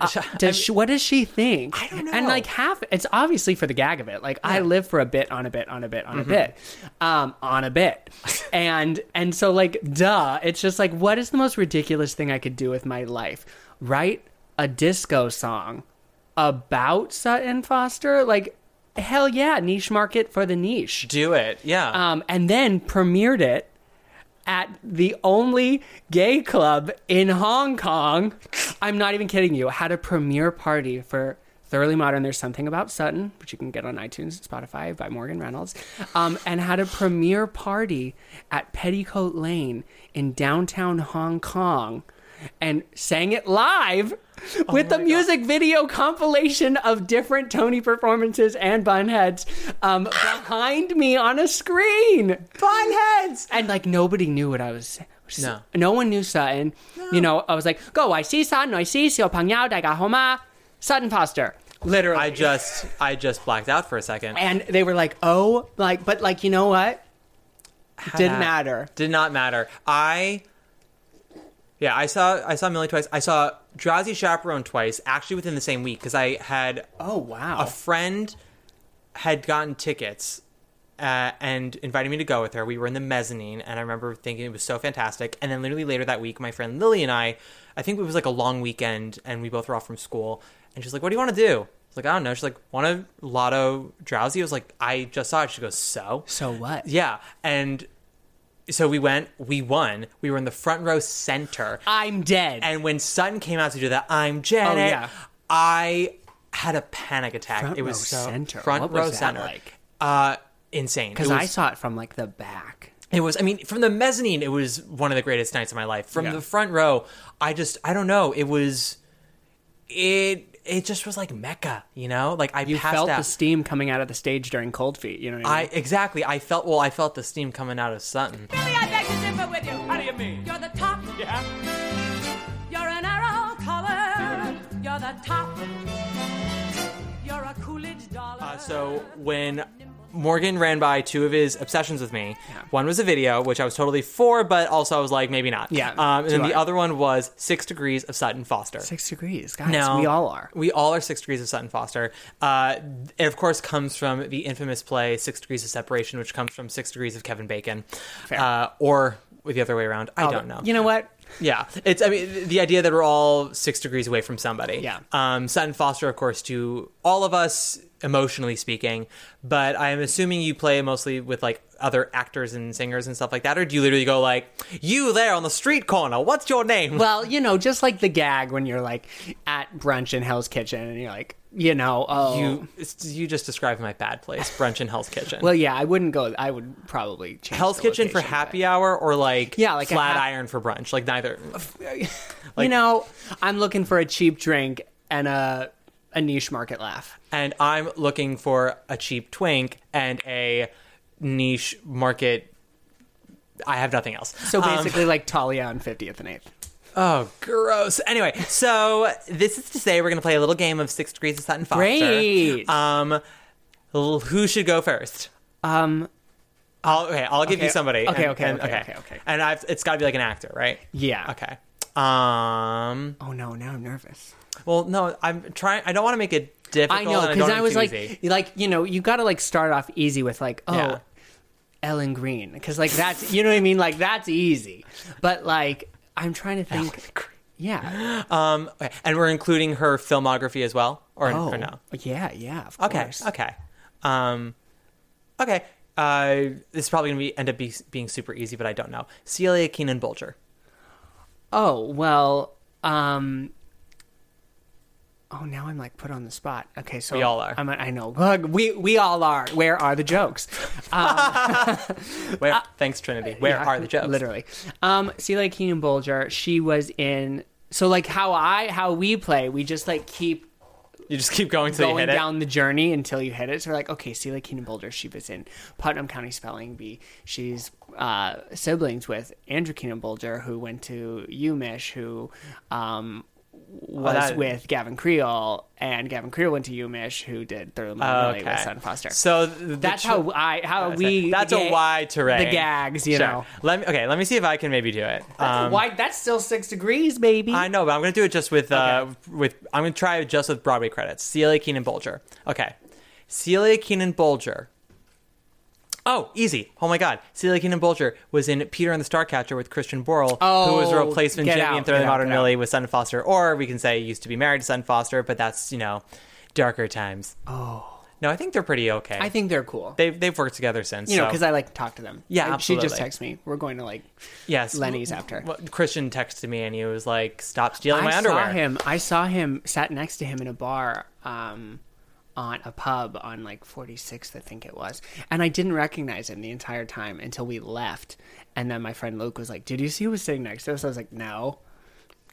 Speaker 3: Uh, does she, what does she think? I
Speaker 2: don't know.
Speaker 3: And like half, it's obviously for the gag of it. Like I live for a bit on a bit on a bit
Speaker 2: Mm-hmm.
Speaker 3: on a bit, um, on a bit, and and so like duh, it's just like what is the most ridiculous thing I could do with my life? Write a disco song about Sutton Foster? Like hell yeah, niche market for the niche
Speaker 2: Do it, yeah.
Speaker 3: um, and then premiered it at the only gay club in Hong Kong. I'm not even kidding you. Had a premiere party for Thoroughly Modern. There's something about Sutton, which you can get on iTunes, Spotify by Morgan Reynolds, um, and had a premiere party at Petticoat Lane in downtown Hong Kong. And sang it live with a music video compilation of different Tony performances and bunheads um, behind me on a screen.
Speaker 2: Bunheads!
Speaker 3: And like nobody knew what I was.
Speaker 2: No.
Speaker 3: no one knew Sutton. You know, I was like, "Go, I see Sutton, I see Xiao Pang Yao, Dai Ga Homa, Sutton Foster." Literally,
Speaker 2: I just, I just blacked out for a second.
Speaker 3: and they were like, "Oh, like, but like, you know what? Didn't
Speaker 2: Hat.
Speaker 3: matter."
Speaker 2: Did not matter. I, yeah, I saw, I saw Millie twice. I saw Drowsy Chaperone twice, actually within the same week because I had
Speaker 3: Oh wow!
Speaker 2: a friend had gotten tickets uh, and invited me to go with her. We were in the mezzanine, and I remember thinking it was so fantastic. And then, literally later that week, my friend Lily and I, I think it was like a long weekend, and we both were off from school. And she's like, "What do you want to do?" I was like, "I don't know." She's like, "Want to lotto drowsy?" I was like, "I just saw it." She goes, "So."
Speaker 3: so what?
Speaker 2: Yeah, and so we went. We won. We were in the front row center.
Speaker 3: I'm dead.
Speaker 2: And when Sutton came out to do that, I'm Janet.
Speaker 3: Oh, yeah.
Speaker 2: I had a panic attack.
Speaker 3: Front
Speaker 2: it was
Speaker 3: row
Speaker 2: so
Speaker 3: center.
Speaker 2: front
Speaker 3: What
Speaker 2: row
Speaker 3: was that
Speaker 2: center
Speaker 3: like?
Speaker 2: Uh, insane.
Speaker 3: Because
Speaker 2: It was-
Speaker 3: I saw it from like the back.
Speaker 2: it was. I mean, from the mezzanine, it was one of the greatest nights of my life. From
Speaker 3: Yeah.
Speaker 2: the front row, I just I don't know. It was it it just was like mecca. You know, like I
Speaker 3: You
Speaker 2: passed
Speaker 3: felt
Speaker 2: out.
Speaker 3: the steam coming out of the stage during Cold Feet. You know what I mean?
Speaker 2: I exactly. I felt well. I felt the steam coming out of Sutton.
Speaker 4: Billy, I beg to differ with you. How do you mean? You're the top. Yeah. You're an arrow collar. You're the top. You're a Coolidge dollar.
Speaker 2: Uh, so when Morgan ran by two of his obsessions with me, one was a video, which I was totally for, but also I was like, maybe not.
Speaker 3: Yeah,
Speaker 2: Um, and
Speaker 3: too
Speaker 2: then the
Speaker 3: hard.
Speaker 2: other one was Six Degrees of Sutton Foster.
Speaker 3: Six degrees, guys.
Speaker 2: Now,
Speaker 3: we all are.
Speaker 2: We all are Six Degrees of Sutton Foster. Uh, it, of course, comes from the infamous play Six Degrees of Separation, which comes from Six Degrees of Kevin Bacon. Uh, or the other way around. I don't know.
Speaker 3: Oh, You know what?
Speaker 2: Yeah, it's. I mean, the idea that we're all six degrees away from somebody.
Speaker 3: Yeah.
Speaker 2: Um, Sutton Foster, of course, to all of us emotionally speaking, but I am assuming you play mostly with like other actors and singers and stuff like that, or do you literally go like, "You there on the street corner? What's your name?"
Speaker 3: Well, you know, just like the gag when you're like at brunch in Hell's Kitchen and you're like, you know, oh,
Speaker 2: you it's- you just described my bad place, brunch in Hell's Kitchen.
Speaker 3: well, yeah, I wouldn't go. I would probably change
Speaker 2: Hell's
Speaker 3: the
Speaker 2: Kitchen for
Speaker 3: location,
Speaker 2: happy hour or like
Speaker 3: Yeah, like a
Speaker 2: flat
Speaker 3: hap-
Speaker 2: iron for brunch, like neither.
Speaker 3: but- you know, I'm looking for a cheap drink and a a niche market laugh.
Speaker 2: and I'm looking for a cheap twink and a niche market I have nothing else.
Speaker 3: So
Speaker 2: Um,
Speaker 3: basically, like Talia on 50th and 8th.
Speaker 2: Oh, gross. Anyway, so this is to say we're going to play a little game of Six Degrees of Sutton Foster.
Speaker 3: Great.
Speaker 2: Um, l- who should go first?
Speaker 3: Um,
Speaker 2: I'll, okay, I'll give
Speaker 3: okay,
Speaker 2: you somebody.
Speaker 3: okay,
Speaker 2: and-
Speaker 3: okay,
Speaker 2: and-
Speaker 3: okay, okay, okay.
Speaker 2: And I've, it's got to be like an actor, right?
Speaker 3: Yeah.
Speaker 2: Okay. Um.
Speaker 3: Oh no, now I'm nervous.
Speaker 2: Well, no, I'm trying. I don't want to make it difficult.
Speaker 3: I know
Speaker 2: and
Speaker 3: because
Speaker 2: oh, don't
Speaker 3: I,
Speaker 2: want it
Speaker 3: was
Speaker 2: too
Speaker 3: like,
Speaker 2: easy.
Speaker 3: like you know, you got to like start off easy with like, oh,
Speaker 2: Yeah.
Speaker 3: Ellen Green, because like that's you know what I mean, like that's easy. But like, I'm trying to think. Yeah.
Speaker 2: um, okay, and we're including her filmography as well, or,
Speaker 3: Oh.
Speaker 2: or no?
Speaker 3: Yeah. Yeah. Of
Speaker 2: Okay.
Speaker 3: course.
Speaker 2: Okay. Um, okay. Uh, this is probably gonna be end up be, being super easy, but I don't know. Celia Keenan Bolger.
Speaker 3: Oh well. Um. Oh, now I'm like put on the spot. Okay, so
Speaker 2: We all are.
Speaker 3: I'm, I know. Look, we we all are. Where are the jokes?
Speaker 2: Where? thanks, Trinity. Where
Speaker 3: Ah. Uh, Yeah,
Speaker 2: are the jokes?
Speaker 3: Literally. Um, Celia Keenan Bolger, she was in. So like how I how we play, we just like keep
Speaker 2: You just keep going till you
Speaker 3: going
Speaker 2: hit
Speaker 3: down the journey until you hit it. So we're like, okay, Celia Keenan Bolger, she was in Putnam County Spelling Bee. She's uh, siblings with Andrew Keenan Bolger, who went to UMich, who um, was
Speaker 2: that-
Speaker 3: with Gavin Creel, and Gavin Creel went to UMich, who did Thoroughly
Speaker 2: it.
Speaker 3: Modern
Speaker 2: Oh, Okay.
Speaker 3: with Sutton Foster.
Speaker 2: So th- the
Speaker 3: that's
Speaker 2: tr-
Speaker 3: how I how we
Speaker 2: That's
Speaker 3: the
Speaker 2: a
Speaker 3: ga-
Speaker 2: wide terrain.
Speaker 3: the gags, you
Speaker 2: Sure.
Speaker 3: know.
Speaker 2: Let me. Okay. Let me see if I can maybe do it. Um,
Speaker 3: Why? That's still six degrees, baby.
Speaker 2: I know, but I'm gonna do it just with uh, with I'm gonna try it just with Broadway credits. Celia Keenan Bolger. Okay, Celia Keenan Bolger. Oh, easy. Oh my God, Celia Keenan Bolger was in Peter and the Starcatcher with Christian Borle, who was a
Speaker 3: Oh,
Speaker 2: replacement
Speaker 3: get
Speaker 2: Jimmy
Speaker 3: out,
Speaker 2: in Thoroughly
Speaker 3: get out,
Speaker 2: Modern
Speaker 3: get out.
Speaker 2: Millie with Sutton Foster, or we can say used to be married to Sutton Foster, but that's you know darker times. Oh no, I think they're pretty okay.
Speaker 3: I think they're cool.
Speaker 2: they've they've worked together since.
Speaker 3: you know,
Speaker 2: so-
Speaker 3: because I like to talk to them.
Speaker 2: Yeah,
Speaker 3: Like, she just
Speaker 2: absolutely.
Speaker 3: texts me. We're going to like
Speaker 2: yes,
Speaker 3: Lenny's after.
Speaker 2: Well, Christian texted me and he was like, "Stop stealing my
Speaker 3: I
Speaker 2: underwear."
Speaker 3: saw him. I saw him sat next to him in a bar, um, on a pub on like 46th, I think it was, and I didn't recognize him the entire time until we left. And then my friend Luke was like, "Did you see who was sitting next to us?" I was like, "No."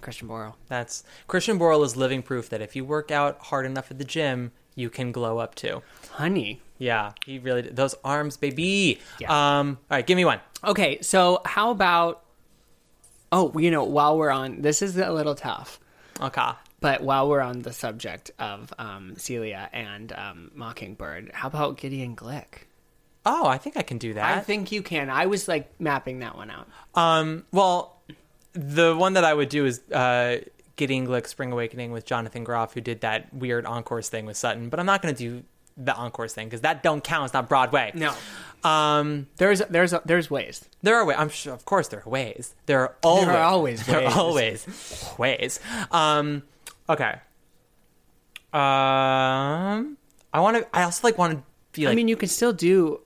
Speaker 3: Christian Borle.
Speaker 2: That's Christian Borle is living proof that if you work out hard enough at the gym, you can glow up too.
Speaker 3: Honey.
Speaker 2: Yeah, he really did. those arms, baby.
Speaker 3: Yeah.
Speaker 2: Um, all right, give me one.
Speaker 3: Okay, so how about? Oh, you know, while we're on, this is a little tough.
Speaker 2: Okay.
Speaker 3: But while we're on the subject of um, Celia and um, Mockingbird, how about Gideon Glick?
Speaker 2: Oh, I think I can do that.
Speaker 3: I think you can. I was like mapping that one out.
Speaker 2: um, well, the one that I would do is uh, Gideon Glick, Spring Awakening with Jonathan Groff, who did that weird encores thing with Sutton. But I'm not going to do the encores thing because that don't count. It's not Broadway. Um,
Speaker 3: there's there's there's ways.
Speaker 2: There are ways. I'm sure, of course, there are ways. There are always.
Speaker 3: always
Speaker 2: There are
Speaker 3: ways.
Speaker 2: always ways. Um, okay. Um, I want to. I also like want to be like.
Speaker 3: I mean, you can still do.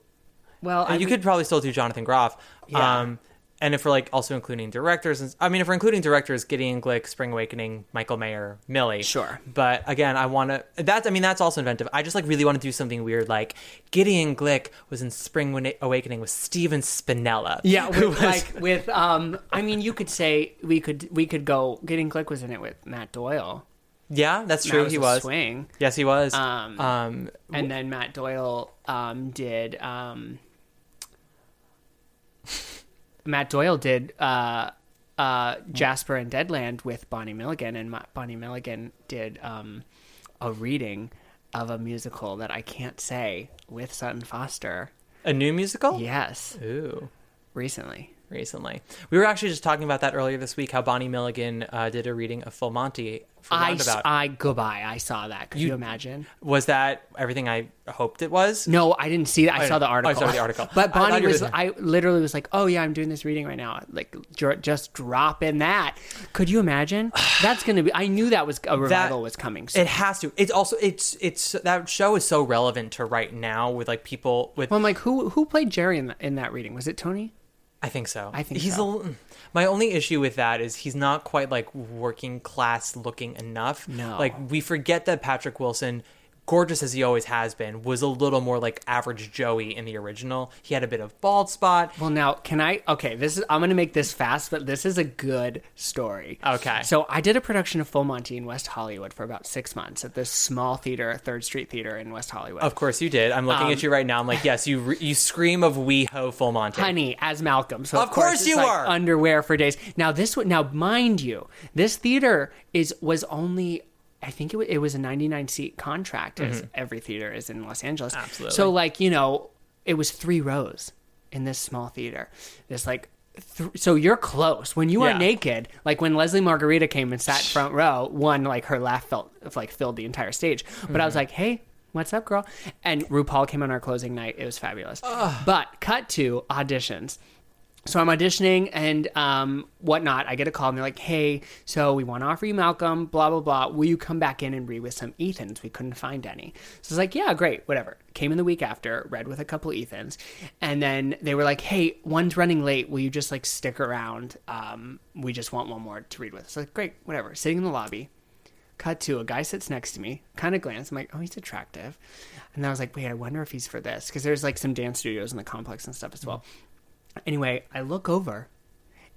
Speaker 3: Well, I
Speaker 2: you could probably still do Jonathan Groff.
Speaker 3: Yeah.
Speaker 2: Um, and if we're like also including directors, and- I mean, if we're including directors, Gideon Glick, Spring Awakening, Michael Mayer, Millie.
Speaker 3: Sure.
Speaker 2: But again, I want to. That's. I mean, that's also inventive. I just like really want to do something weird, like Gideon Glick was in Spring Win- Awakening with Steven Spinella.
Speaker 3: Yeah,
Speaker 2: who
Speaker 3: with,
Speaker 2: was-
Speaker 3: like with um. I mean, you could say we could we could go. Getting Click was in it with Matt Doyle.
Speaker 2: Yeah, that's
Speaker 3: Matt
Speaker 2: true. he
Speaker 3: a
Speaker 2: was.
Speaker 3: swing,
Speaker 2: Yes, he was.
Speaker 3: Um,
Speaker 2: Um,
Speaker 3: and then Matt Doyle um did um. Matt Doyle did uh uh Jasper and Deadland with Bonnie Milligan, and Ma- Bonnie Milligan did um a reading of a musical that I can't say with Sutton Foster.
Speaker 2: a new musical.
Speaker 3: Yes,
Speaker 2: Ooh.
Speaker 3: recently.
Speaker 2: Recently, we were actually just talking about that earlier this week. How Bonnie Milligan uh, did a reading of Full Monty for
Speaker 3: I, s-
Speaker 2: Roundabout.
Speaker 3: I goodbye. I saw that. Could you, imagine?
Speaker 2: was that everything I hoped it was?
Speaker 3: No, I didn't see that. I,
Speaker 2: I
Speaker 3: saw
Speaker 2: know.
Speaker 3: the
Speaker 2: Oh, I
Speaker 3: article.
Speaker 2: saw the article.
Speaker 3: but
Speaker 2: I thought
Speaker 3: Bonnie
Speaker 2: you were
Speaker 3: was.
Speaker 2: the-
Speaker 3: I literally was like, "Oh yeah, I'm doing this reading right now. Like, dr- just drop in that." Could you imagine? That's gonna be. I knew that was a revival was coming. So.
Speaker 2: It has to. It's also it's it's that show is so relevant to right now with like people with.
Speaker 3: well, I'm like, who who played Jerry in, the, in that reading? Was it Tony?
Speaker 2: I think so.
Speaker 3: I think
Speaker 2: he's
Speaker 3: so.
Speaker 2: a l- my only issue with that is he's not quite like working class looking enough.
Speaker 3: No.
Speaker 2: like we forget that Patrick Wilson gorgeous as he always has been, was a little more like average Joey in the original. He had a bit of bald spot.
Speaker 3: Well, now can I? Okay, this is. I'm gonna make this fast, but this is a good story.
Speaker 2: Okay.
Speaker 3: So I did a production of Full Monty in West Hollywood for about six months at this small theater, Third Street Theater in West Hollywood.
Speaker 2: Of course you did. I'm looking
Speaker 3: Um,
Speaker 2: at you right now. I'm like, yes, you re- you scream of wee ho full Monty.
Speaker 3: Honey, as Malcolm. So
Speaker 2: Of
Speaker 3: of,
Speaker 2: course
Speaker 3: it's
Speaker 2: you
Speaker 3: like
Speaker 2: are.
Speaker 3: underwear for days. Now this would now mind you, this theater is was only I think it was, it was a 99 seat contract as
Speaker 2: Mhm.
Speaker 3: every theater is in Los Angeles.
Speaker 2: Absolutely.
Speaker 3: So like you know, it was three rows in this small theater. This like. Th- so you're close when you
Speaker 2: Yeah.
Speaker 3: are naked like when leslie margarita came and sat front row one like her laugh felt like filled the entire stage but i was
Speaker 2: Mhm.
Speaker 3: like hey what's up girl and rupaul came on our closing night it was fabulous but cut to auditions. So I'm auditioning and um, whatnot. I get a call and they're like, hey, so we want to offer you Malcolm, blah, blah, blah. Will you come back in and read with some Ethans? We couldn't find any. So I was like, yeah, great, whatever. Came in the week after, read with a couple Ethans. And then they were like, hey, one's running late. Will you just like stick around? Um, we just want one more to read with. So I was like, great, whatever. Sitting in the lobby. Cut to a guy sits next to me, kind of glance. I'm like, oh, he's attractive. And I was like, wait, I wonder if he's for this. Because there's like some dance studios in the complex and stuff as well. Anyway, I look over.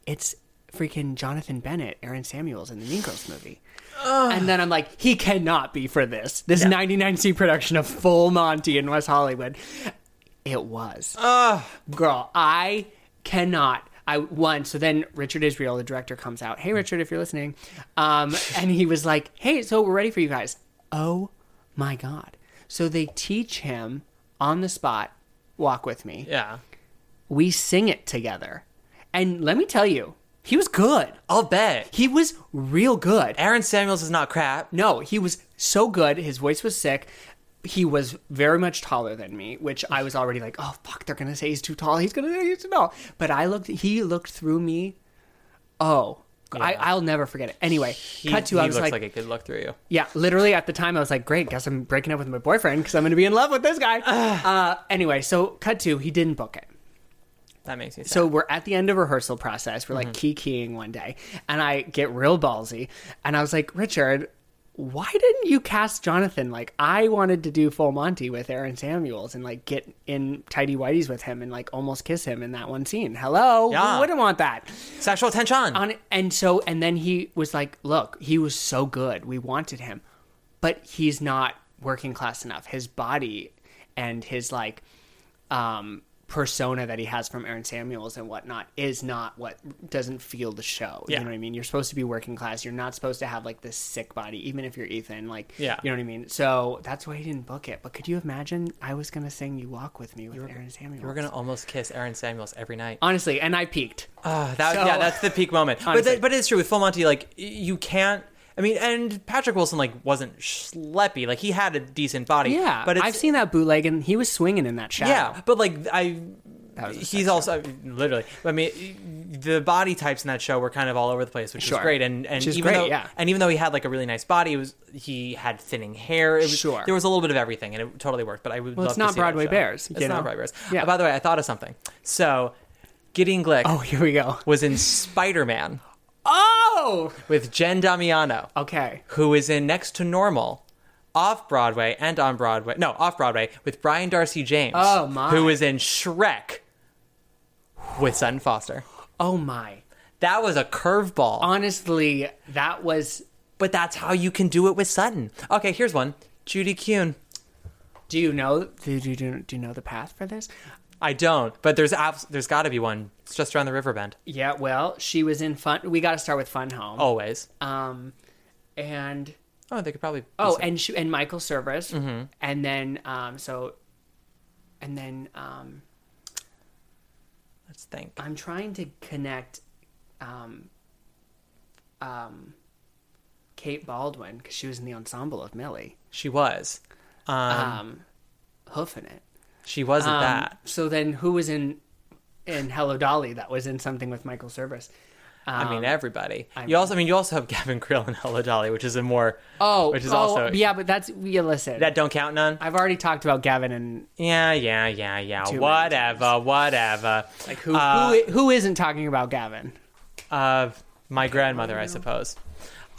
Speaker 3: It's freaking Jonathan Bennett, Aaron Samuels in the Mean Girls movie. And then I'm like, he cannot be for this. This 99C production of Full Monty in West Hollywood. It was. Girl, I cannot. I won. So then Richard Israel, the director, comes out. Hey, Richard, if you're listening. Um, and he was like, hey, so we're ready for you guys. Oh my God. So they teach him on the spot, walk with me
Speaker 2: Yeah.
Speaker 3: we sing it together. And let me tell you, he was good.
Speaker 2: I'll bet.
Speaker 3: He was real good.
Speaker 2: Aaron Samuels is not crap.
Speaker 3: No, he was so good. His voice was sick. He was very much taller than me, which I was already like, oh, fuck, they're going to say he's too tall. He's going to say he's too tall. But I looked, he looked through me. Oh, I, I'll never forget it. Anyway,
Speaker 2: He,
Speaker 3: cut to,
Speaker 2: he
Speaker 3: I was
Speaker 2: looks
Speaker 3: like,
Speaker 2: like, it could look through you.
Speaker 3: yeah, literally at the time I was like, great, guess I'm breaking up with my boyfriend because I'm going to be in love with this guy. uh, anyway, so cut to, he didn't book it.
Speaker 2: That makes me sad.
Speaker 3: So we're at the end of rehearsal process. We're like key keying one day, and I get real ballsy, and I was like, Richard, why didn't you cast Jonathan? Like I wanted to do Full Monty with Aaron Samuels and like get in tidy whities with him and like almost kiss him in that one scene. Hello,
Speaker 2: Yeah.
Speaker 3: who wouldn't want that?
Speaker 2: Sexual tension.
Speaker 3: On and so and then he was like, look, he was so good, we wanted him, but he's not working class enough. His body and his like um, persona that he has from Aaron Samuels and whatnot is not what doesn't feel the show.
Speaker 2: Yeah.
Speaker 3: You know what I mean? You're supposed to be working class. You're not supposed to have like this sick body, even if you're Ethan. Like,
Speaker 2: Yeah.
Speaker 3: you know what I mean? So that's why he didn't book it. But could you imagine? I was gonna sing "You Walk with Me" with Aaron Samuels.
Speaker 2: You We're gonna almost kiss Aaron Samuels every night.
Speaker 3: honestly, and I peaked.
Speaker 2: Ah, that,
Speaker 3: So-
Speaker 2: yeah, that's the peak moment. but
Speaker 3: Honestly.
Speaker 2: that, but it's true with Full Monty. Like y- you can't. I mean, and Patrick Wilson like wasn't schleppy. Like he had a decent body.
Speaker 3: Yeah,
Speaker 2: but
Speaker 3: but
Speaker 2: it's,
Speaker 3: I've seen that bootleg, and he was swinging in that shadow.
Speaker 2: Yeah, but like I,
Speaker 3: was a
Speaker 2: he's also I mean, literally. I mean, the body types in that show were kind of all over the place, which
Speaker 3: Sure.
Speaker 2: was great. And and
Speaker 3: Which is
Speaker 2: even
Speaker 3: great,
Speaker 2: though,
Speaker 3: yeah.
Speaker 2: and even though he had like a really nice body, it was he had thinning hair. It was,
Speaker 3: Sure.
Speaker 2: there was a little bit of everything, and it totally worked. But I would
Speaker 3: Well,
Speaker 2: love
Speaker 3: it's
Speaker 2: to
Speaker 3: not
Speaker 2: see that
Speaker 3: Broadway
Speaker 2: show.
Speaker 3: Bears,
Speaker 2: It's
Speaker 3: you
Speaker 2: not
Speaker 3: know?
Speaker 2: Broadway Bears.
Speaker 3: Yeah.
Speaker 2: Uh, by the way, I thought of something. So, Gideon Glick
Speaker 3: Oh, here we go.
Speaker 2: was in Spider Man
Speaker 3: Oh,
Speaker 2: with Jen Damiano,
Speaker 3: okay.
Speaker 2: who is in Next to Normal, off Broadway and on Broadway. No, off Broadway with Brian Darcy James.
Speaker 3: Oh, my.
Speaker 2: Who is in Shrek with Sutton Foster.
Speaker 3: Oh my.
Speaker 2: That was a curveball,
Speaker 3: Honestly, that was
Speaker 2: but that's how you can do it with Sutton. Okay, here's one: Judy Kuhn.
Speaker 3: Do you know? Do you do, do you know the path for this?
Speaker 2: I don't, but there's abs- there's got to be one. It's just around the river bend.
Speaker 3: Yeah. Well, she was in fun. We got to start with Fun Home.
Speaker 2: Always.
Speaker 3: Um, and
Speaker 2: Oh, they could probably. be
Speaker 3: oh,
Speaker 2: some-
Speaker 3: and she, and Michael Service, and then um, so, and then um,
Speaker 2: let's think.
Speaker 3: I'm trying to connect, um, um, Kate Baldwin because she was in the ensemble of Millie,
Speaker 2: She was. Um,
Speaker 3: hoofing it.
Speaker 2: she wasn't
Speaker 3: Um,
Speaker 2: that.
Speaker 3: So then, who was in in Hello Dolly? That was in something with Michael Service.
Speaker 2: I mean, everybody.
Speaker 3: Um, I
Speaker 2: you also, I mean, you also have Gavin Krill and Hello Dolly, which is a more.
Speaker 3: Oh,
Speaker 2: which is
Speaker 3: oh,
Speaker 2: also
Speaker 3: yeah, but that's yeah. Listen,
Speaker 2: that don't count none.
Speaker 3: I've already talked about Gavin and
Speaker 2: Yeah, yeah, yeah, yeah.
Speaker 3: Too many
Speaker 2: whatever, whatever.
Speaker 3: like who
Speaker 2: Uh,
Speaker 3: who who isn't talking about Gavin?
Speaker 2: uh, my grandmother, I suppose.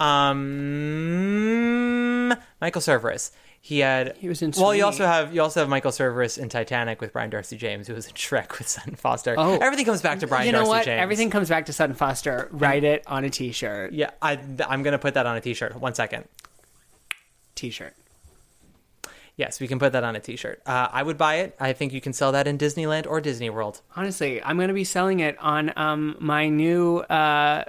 Speaker 2: Um, Michael Cerverus. He had
Speaker 3: he was in.
Speaker 2: Well, you
Speaker 3: Sweet.
Speaker 2: also have you also have Michael Cerverus in Titanic with Brian Darcy James, who was in Shrek with Sutton Foster.
Speaker 3: Oh.
Speaker 2: everything comes back to Brian
Speaker 3: you know
Speaker 2: Darcy
Speaker 3: what?
Speaker 2: James.
Speaker 3: Everything comes back to Sutton Foster. Write it on a T-shirt.
Speaker 2: Yeah, I, I'm gonna put that on a T-shirt. One second.
Speaker 3: T-shirt.
Speaker 2: Yes, we can put that on a T-shirt. Uh, I would buy it. I think you can sell that in Disneyland or Disney World.
Speaker 3: Honestly, I'm going to be selling it on um, my new uh,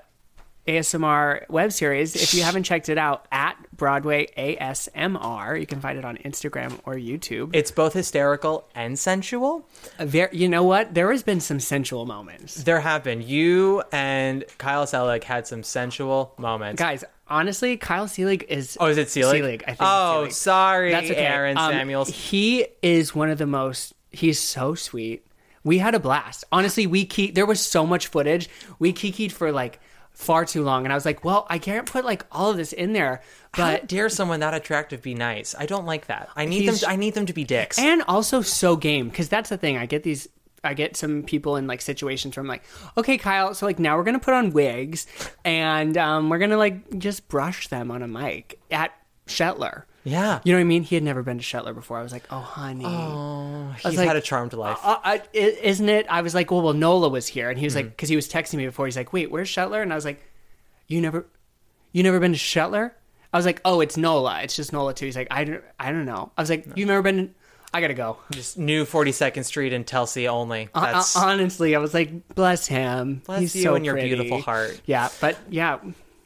Speaker 3: ASMR web series. If you haven't checked it out, at Broadway ASMR, you can find it on Instagram or YouTube.
Speaker 2: It's both hysterical and sensual.
Speaker 3: There, you know what? There has been some sensual moments,
Speaker 2: There have been you and Kyle Selig had some sensual moments.
Speaker 3: guys. Honestly, Kyle Seelig is.
Speaker 2: Oh, is it Selig?
Speaker 3: Selig, I think.
Speaker 2: Oh,
Speaker 3: Selig.
Speaker 2: sorry,
Speaker 3: That's okay.
Speaker 2: Aaron
Speaker 3: Um,
Speaker 2: Samuels.
Speaker 3: He is one of the most. He's so sweet. We had a blast. Honestly, we key. There was so much footage. We kikied for like far too long, and I was like, "Well, I can't put like all of this in there."
Speaker 2: How
Speaker 3: But
Speaker 2: dare someone that attractive be nice? I don't like that. I need
Speaker 3: He's-
Speaker 2: them. To, I need them to be dicks.
Speaker 3: and also so game because that's the thing. I get these. I get some people in like situations where I'm like, okay, Kyle, so like now we're gonna put on wigs and um, we're gonna like just brush them on a mic at Shetler.
Speaker 2: Yeah.
Speaker 3: you know what I mean. He had never been to Shetler before. I was like, oh honey,
Speaker 2: Oh, He's had a charmed life.
Speaker 3: uh, I, i- isn't it? I was like, well, well, Nola was here, and he was
Speaker 2: Hmm.
Speaker 3: like, because he was texting me before. He's like, wait, where's Shetler? And I was like, you never, you never been to Shetler? I was like, oh, it's Nola. It's just Nola too. He's like, I don't, I don't know. I was like, you've never been. I gotta go. Uh,
Speaker 2: Just new Forty Second Street and Telsey only.
Speaker 3: Hon-
Speaker 2: That's
Speaker 3: honestly, I was like, bless him.
Speaker 2: Bless
Speaker 3: He's
Speaker 2: you
Speaker 3: so
Speaker 2: and your
Speaker 3: pretty.
Speaker 2: beautiful heart.
Speaker 3: Yeah, but yeah,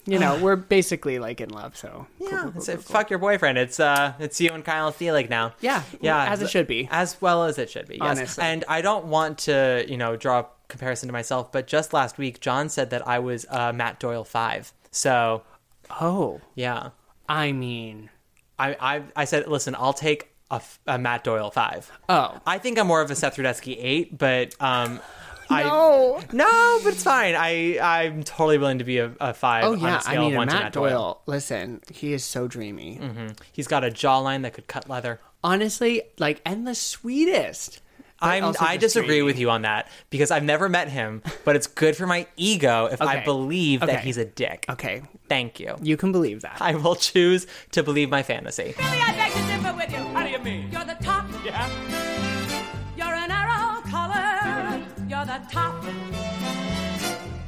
Speaker 3: you know, we're basically like in love. So
Speaker 2: yeah. it's a- fuck your boyfriend. It's uh, it's you and Kyle Thelig now.
Speaker 3: Yeah,
Speaker 2: yeah,
Speaker 3: as it should be.
Speaker 2: as well as it should be. Yes.
Speaker 3: Honestly.
Speaker 2: and I don't want to, you know, draw a comparison to myself, but just last week, John said that I was uh, Matt Doyle five. So
Speaker 3: oh,
Speaker 2: yeah,
Speaker 3: I mean,
Speaker 2: I I, I said, listen, I'll take a, f- a Matt Doyle five.
Speaker 3: oh,
Speaker 2: I think I'm more of a Seth Rudetsky eight, but um, I
Speaker 3: no.
Speaker 2: no, but it's fine. I I'm totally willing to be a, a five.
Speaker 3: Oh
Speaker 2: on
Speaker 3: yeah,
Speaker 2: a scale
Speaker 3: I mean,
Speaker 2: of one to
Speaker 3: Matt,
Speaker 2: Matt
Speaker 3: Doyle, Listen, he is so dreamy.
Speaker 2: He's got a jawline that could cut leather.
Speaker 3: honestly, like, and the sweetest. But
Speaker 2: I'm,
Speaker 3: also
Speaker 2: I
Speaker 3: just
Speaker 2: disagree
Speaker 3: dreamy.
Speaker 2: with you on that because I've never met him, but it's good for my ego if I
Speaker 3: Okay.
Speaker 2: believe that
Speaker 3: Okay.
Speaker 2: he's a dick.
Speaker 3: Okay,
Speaker 2: Thank you.
Speaker 3: you can believe that.
Speaker 2: I will choose to believe my fantasy.
Speaker 4: Really, I beg to differ with you. How do you mean? You're the top. Yeah. You're an arrow collar. You're the top.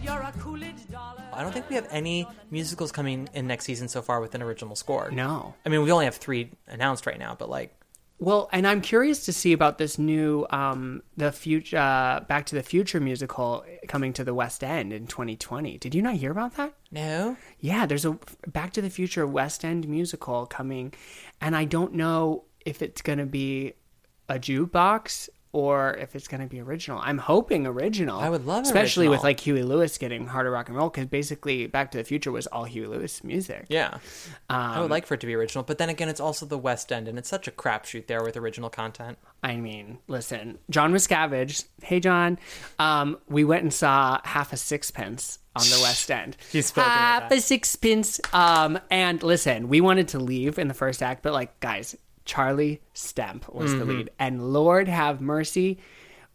Speaker 4: You're a Coolidge dollar.
Speaker 2: I don't think we have any musicals coming in next season so far with an original score.
Speaker 3: No.
Speaker 2: I mean, we only have three announced right now, but like,
Speaker 3: Well, and I'm curious to see about this new um the future uh, Back to the Future musical coming to the West End in 2020. Did you not hear about that?
Speaker 2: no.
Speaker 3: Yeah, there's a Back to the Future West End musical coming, and I don't know if it's going to be a jukebox or if it's going to be original. I'm hoping original.
Speaker 2: I would love
Speaker 3: especially with
Speaker 2: original.
Speaker 3: like Huey Lewis getting harder rock and roll because basically Back to the Future was all Huey Lewis music.
Speaker 2: Yeah. I would like for it to be original, but then again, it's also the West End, and it's such a crapshoot there with original content.
Speaker 3: I mean, listen, John Miscavige. Hey, John. Um, we went and saw Half a Sixpence on the West End.
Speaker 2: He's spoken like
Speaker 3: Half a Sixpence. Um, and listen, we wanted to leave in the first act, but like, guys, Charlie Stemp was
Speaker 2: Mm-hmm.
Speaker 3: the lead, and Lord have mercy,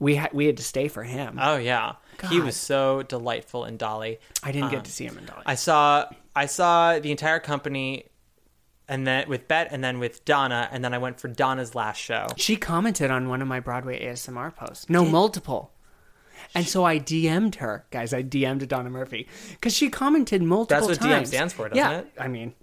Speaker 3: we ha- we had to stay for him.
Speaker 2: Oh yeah, he was so delightful in Dolly.
Speaker 3: I didn't
Speaker 2: uh,
Speaker 3: get to see him in Dolly.
Speaker 2: I saw I saw the entire company, and then with Bet, and then with Donna, and then I went for Donna's last show.
Speaker 3: she commented on one of my Broadway ASMR posts. No, multiple. And so I DM'd her, guys. I DM'd Donna Murphy because she commented multiple.
Speaker 2: what DM
Speaker 3: times.
Speaker 2: stands for, doesn't
Speaker 3: yeah,
Speaker 2: it?
Speaker 3: I mean,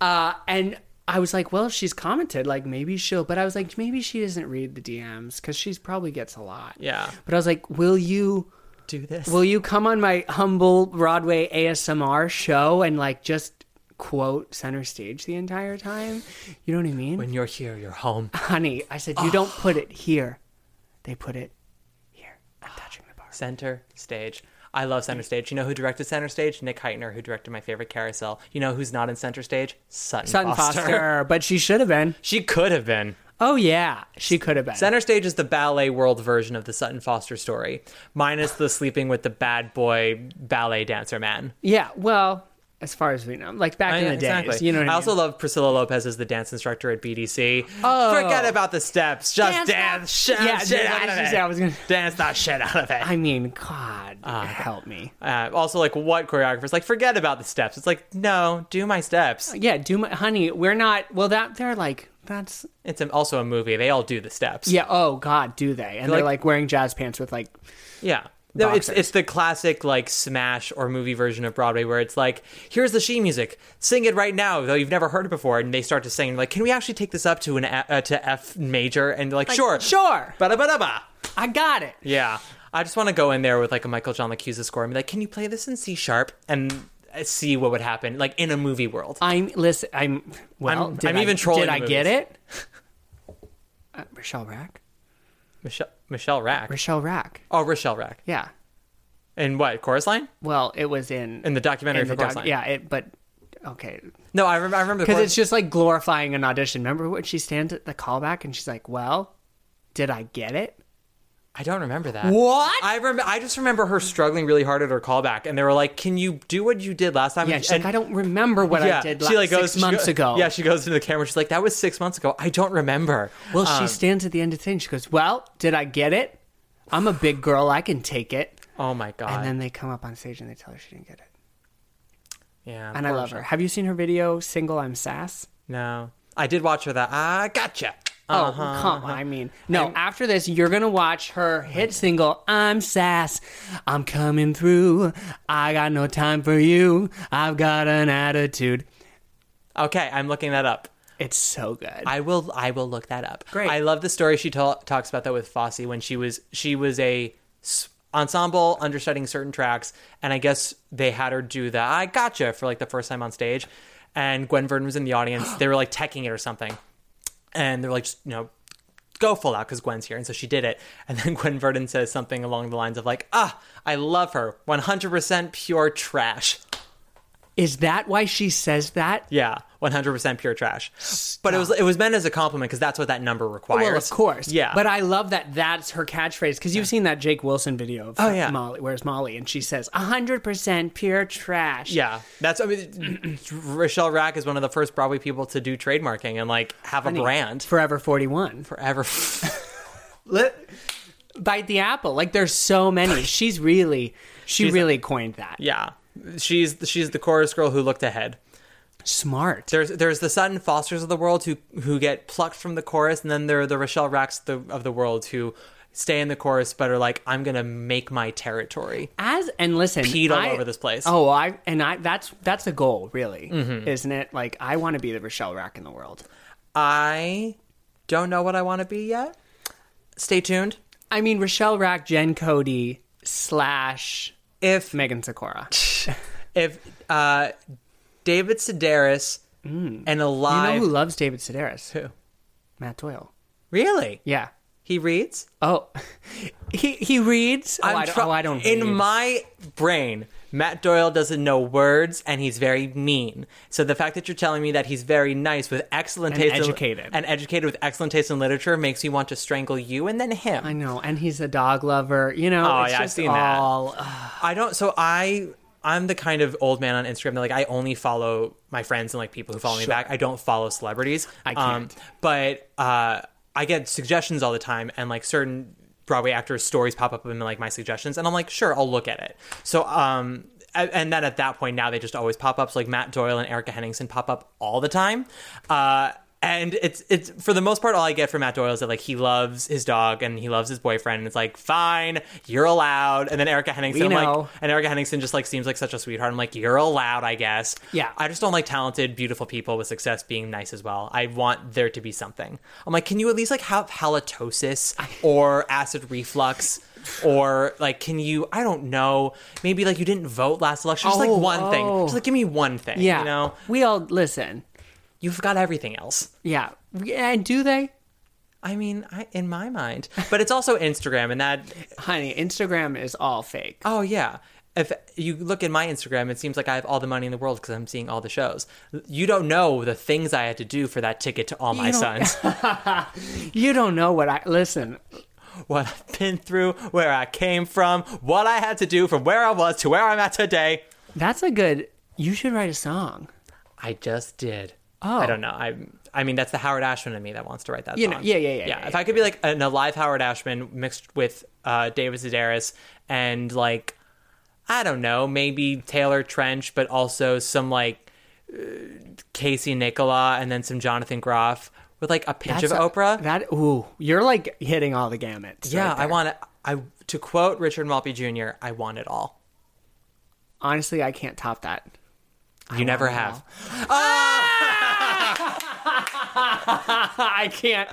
Speaker 3: uh, and I was like, well, if she's commented, like maybe she'll. But I was like, maybe she doesn't read the DMs because she's probably gets a lot.
Speaker 2: Yeah.
Speaker 3: But I was like, will you?
Speaker 2: Do this.
Speaker 3: Will you come on my humble Broadway ASMR show and like just quote center stage the entire time? You know what I mean?
Speaker 2: when you're here, you're home.
Speaker 3: honey, I said, you don't put it here. They put it here. I'm touching the bar.
Speaker 2: Center stage. I love center stage. You know who directed center stage? Nick Heitner, who directed my favorite Carousel. You know who's not in center stage? Sutton,
Speaker 3: Sutton Foster. but she should have been.
Speaker 2: She could have been.
Speaker 3: Oh, yeah. She could have been.
Speaker 2: Center Stage is the ballet world version of the Sutton Foster story, minus the sleeping with the bad boy ballet dancer man.
Speaker 3: yeah, well, as far as we know, like back
Speaker 2: I-
Speaker 3: in the
Speaker 2: exactly.
Speaker 3: days. You know what I,
Speaker 2: I also
Speaker 3: mean?
Speaker 2: love Priscilla Lopez as the dance instructor at BDC. Oh. Forget about the steps. Just dance,
Speaker 3: Dance
Speaker 2: shit,
Speaker 3: that- Yeah,
Speaker 2: shit
Speaker 3: yeah,
Speaker 2: out
Speaker 3: I
Speaker 2: of
Speaker 3: was-
Speaker 2: it.
Speaker 3: I was gonna-
Speaker 2: Dance that shit out of it. Ah.
Speaker 3: I mean, God, help me.
Speaker 2: Uh, also, like, what choreographers like? Forget about the steps. It's like, no, do my steps.
Speaker 3: Oh, Yeah, do my honey. We're not. Well, that they're like That's
Speaker 2: It's a- also a movie. They all do the steps.
Speaker 3: yeah. Oh God, do they? And
Speaker 2: They're
Speaker 3: they're
Speaker 2: like-
Speaker 3: like wearing jazz pants with like
Speaker 2: Yeah. No, it's
Speaker 3: Boxers.
Speaker 2: it's the classic like smash or movie version of Broadway where it's like, here's the she music, sing it right now, though you've never heard it before, and they start to sing. Like, can we actually take this up to an a- uh, to F major? And they're like, sure,
Speaker 3: sure.
Speaker 2: ba ba ba.
Speaker 3: I got it.
Speaker 2: Yeah, I just want to go in there with like a Michael John Lacusa score and be like, can you play this in C sharp and uh, see what would happen like in a movie world?
Speaker 3: I'm listen. I'm well.
Speaker 2: I'm-
Speaker 3: did
Speaker 2: I'm
Speaker 3: I-
Speaker 2: even trolling
Speaker 3: Did I get
Speaker 2: movies.
Speaker 3: it? Uh, Rochelle Rack.
Speaker 2: Michelle Michelle Rack.
Speaker 3: Rochelle Rack.
Speaker 2: oh, Rochelle Rack.
Speaker 3: Yeah.
Speaker 2: And what chorus line?
Speaker 3: Well, it was in
Speaker 2: In the documentary
Speaker 3: in
Speaker 2: for
Speaker 3: the
Speaker 2: Chorus
Speaker 3: doc-
Speaker 2: Line.
Speaker 3: Yeah. It, but okay.
Speaker 2: No, I remember. I remember the
Speaker 3: Because
Speaker 2: chorus-
Speaker 3: it's just like glorifying an audition. Remember when she stands at the callback and she's like, "Well, did I get it?"
Speaker 2: I don't remember that.
Speaker 3: What?
Speaker 2: I rem- I just remember her struggling really hard at her callback, and they were like, "Can you do what you did last time?"
Speaker 3: Yeah.
Speaker 2: And-
Speaker 3: She's like,
Speaker 2: and-
Speaker 3: I don't remember what I did like, six
Speaker 2: she
Speaker 3: months
Speaker 2: go-
Speaker 3: ago.
Speaker 2: Yeah, she goes into the camera. She's like, "That was six months ago. I don't remember."
Speaker 3: Well,
Speaker 2: Um,
Speaker 3: she stands at the end of the thing. She goes, "Well, did I get it? I'm a big girl. I can take it."
Speaker 2: oh my god.
Speaker 3: And then they come up on stage and they tell her she didn't get it.
Speaker 2: yeah,
Speaker 3: And I
Speaker 2: poor
Speaker 3: love her.
Speaker 2: Michelle.
Speaker 3: Have you seen her video "Single I'm Sass"?
Speaker 2: No, I did watch her. That I gotcha.
Speaker 3: Oh, come on. I mean, no, after this, you're going to watch her hit single, I'm Sass. I'm coming through. I got no time for you. I've got an attitude.
Speaker 2: Okay, I'm looking that up.
Speaker 3: It's so good.
Speaker 2: I will. I will look that up.
Speaker 3: Great.
Speaker 2: I love the story she ta- talks about that with Fosse when she was she was a s- ensemble understudying certain tracks, and I guess they had her do the "I gotcha" for like the first time on stage, and Gwen Verdon was in the audience. they were like teching it or something, and they're like, just, you know, go full out because Gwen's here, and so she did it. And then Gwen Verdon says something along the lines of like, "Ah, I love her, 100% pure trash."
Speaker 3: Is that why she says that?
Speaker 2: Yeah, one hundred percent pure trash. But it was it was meant as a compliment because that's what that number requires.
Speaker 3: Well, of course.
Speaker 2: Yeah,
Speaker 3: But I love that that's her catchphrase because you've seen that Jake Wilson video of
Speaker 2: Oh, yeah.
Speaker 3: Molly, where's Molly? And she says, 100% pure trash.
Speaker 2: yeah, that's I mean, Rochelle Rack is one of the first Broadway people to do trademarking and like have a brand
Speaker 3: Forever 41.
Speaker 2: forever.
Speaker 3: Bite the apple. Like, there's so many. She's really, she really coined that.
Speaker 2: yeah, she's she's the chorus girl who looked ahead.
Speaker 3: Smart.
Speaker 2: There's there's the Sutton Fosters of the world who who get plucked from the chorus, and then there are the Rochelle Racks the, of the world who stay in the chorus but are like, I'm gonna make my territory.
Speaker 3: as and listen
Speaker 2: Peed all
Speaker 3: I-
Speaker 2: over this place. Mm-hmm.
Speaker 3: oh i and i that's that's a goal really isn't it like i want to be the rochelle rack in the world
Speaker 2: I don't know what I want to be yet. Stay tuned.
Speaker 3: i mean rochelle rack jen cody slash
Speaker 2: If
Speaker 3: megan sakura
Speaker 2: if uh, David Sedaris and
Speaker 3: Mm. you know
Speaker 2: alive,
Speaker 3: who loves david sedaris
Speaker 2: Who?
Speaker 3: matt doyle
Speaker 2: really?
Speaker 3: yeah
Speaker 2: He reads.
Speaker 3: oh he he reads oh,
Speaker 2: I'm
Speaker 3: I, don't-
Speaker 2: try-
Speaker 3: oh, I don't
Speaker 2: In
Speaker 3: read.
Speaker 2: my brain, Matt Doyle doesn't know words, and he's very mean. So the fact that you're telling me that he's very nice with excellent
Speaker 3: And
Speaker 2: taste in-
Speaker 3: educated.
Speaker 2: and educated with excellent taste in literature makes me want to strangle you and then him.
Speaker 3: i know and he's a dog lover you know
Speaker 2: Oh,
Speaker 3: it's
Speaker 2: yeah, I've
Speaker 3: just
Speaker 2: seen that.
Speaker 3: all
Speaker 2: I don't. So I. I'm the kind of old man on Instagram that like I only follow my friends and like people who follow me back. I don't follow celebrities. I
Speaker 3: can't.
Speaker 2: but uh, I get suggestions all the time, and like certain Broadway actors' stories pop up in like my suggestions, and I'm like, sure, I'll look at it. So um, a- and then at that point now they just always pop up. So like Matt Doyle and Erica Henningsen pop up all the time. Uh, and it's it's for the most part all I get from Matt Doyle is that like he loves his dog and he loves his boyfriend and it's like fine you're allowed and then Erica Henningsen I'm like
Speaker 3: know.
Speaker 2: and Erica Henningsen just like seems like such a sweetheart I'm like you're allowed I guess
Speaker 3: Yeah.
Speaker 2: I just don't like talented beautiful people with success being nice as well I want there to be something I'm like can you at least like have halitosis or acid reflux or like can you I don't know maybe like you didn't vote last election just
Speaker 3: Oh,
Speaker 2: like one thing
Speaker 3: oh.
Speaker 2: just like give me one thing
Speaker 3: yeah
Speaker 2: you know
Speaker 3: we all listen
Speaker 2: you forgot everything else
Speaker 3: yeah and do they
Speaker 2: I mean, I, in my mind, but it's also Instagram, and that.
Speaker 3: honey instagram is all fake
Speaker 2: Oh yeah, if you look at my Instagram, it seems like I have all the money in the world because I'm seeing all the shows. You don't know the things I had to do for that ticket to all my sons,
Speaker 3: You don't know what I listen.
Speaker 2: what I've been through, where I came from, what I had to do from where I was to where I'm at today.
Speaker 3: That's a good. You should write a song.
Speaker 2: I just did. Oh, I don't know. I I mean, that's the Howard Ashman in me that wants to write that
Speaker 3: You
Speaker 2: song.
Speaker 3: know, yeah, yeah, yeah, yeah,
Speaker 2: if I could be like an alive Howard Ashman mixed with uh, David Sedaris and like I don't know, maybe Taylor Trench, but also some like uh, Casey Nicola and then some Jonathan Groff with like a pinch
Speaker 3: That's
Speaker 2: of
Speaker 3: a-
Speaker 2: Oprah.
Speaker 3: That ooh, you're like hitting all the gamuts.
Speaker 2: yeah,
Speaker 3: right
Speaker 2: I
Speaker 3: there.
Speaker 2: want it. I to quote Richard Maltby Jr. I want it all.
Speaker 3: Honestly, I can't top that.
Speaker 2: You never have.
Speaker 3: I can't.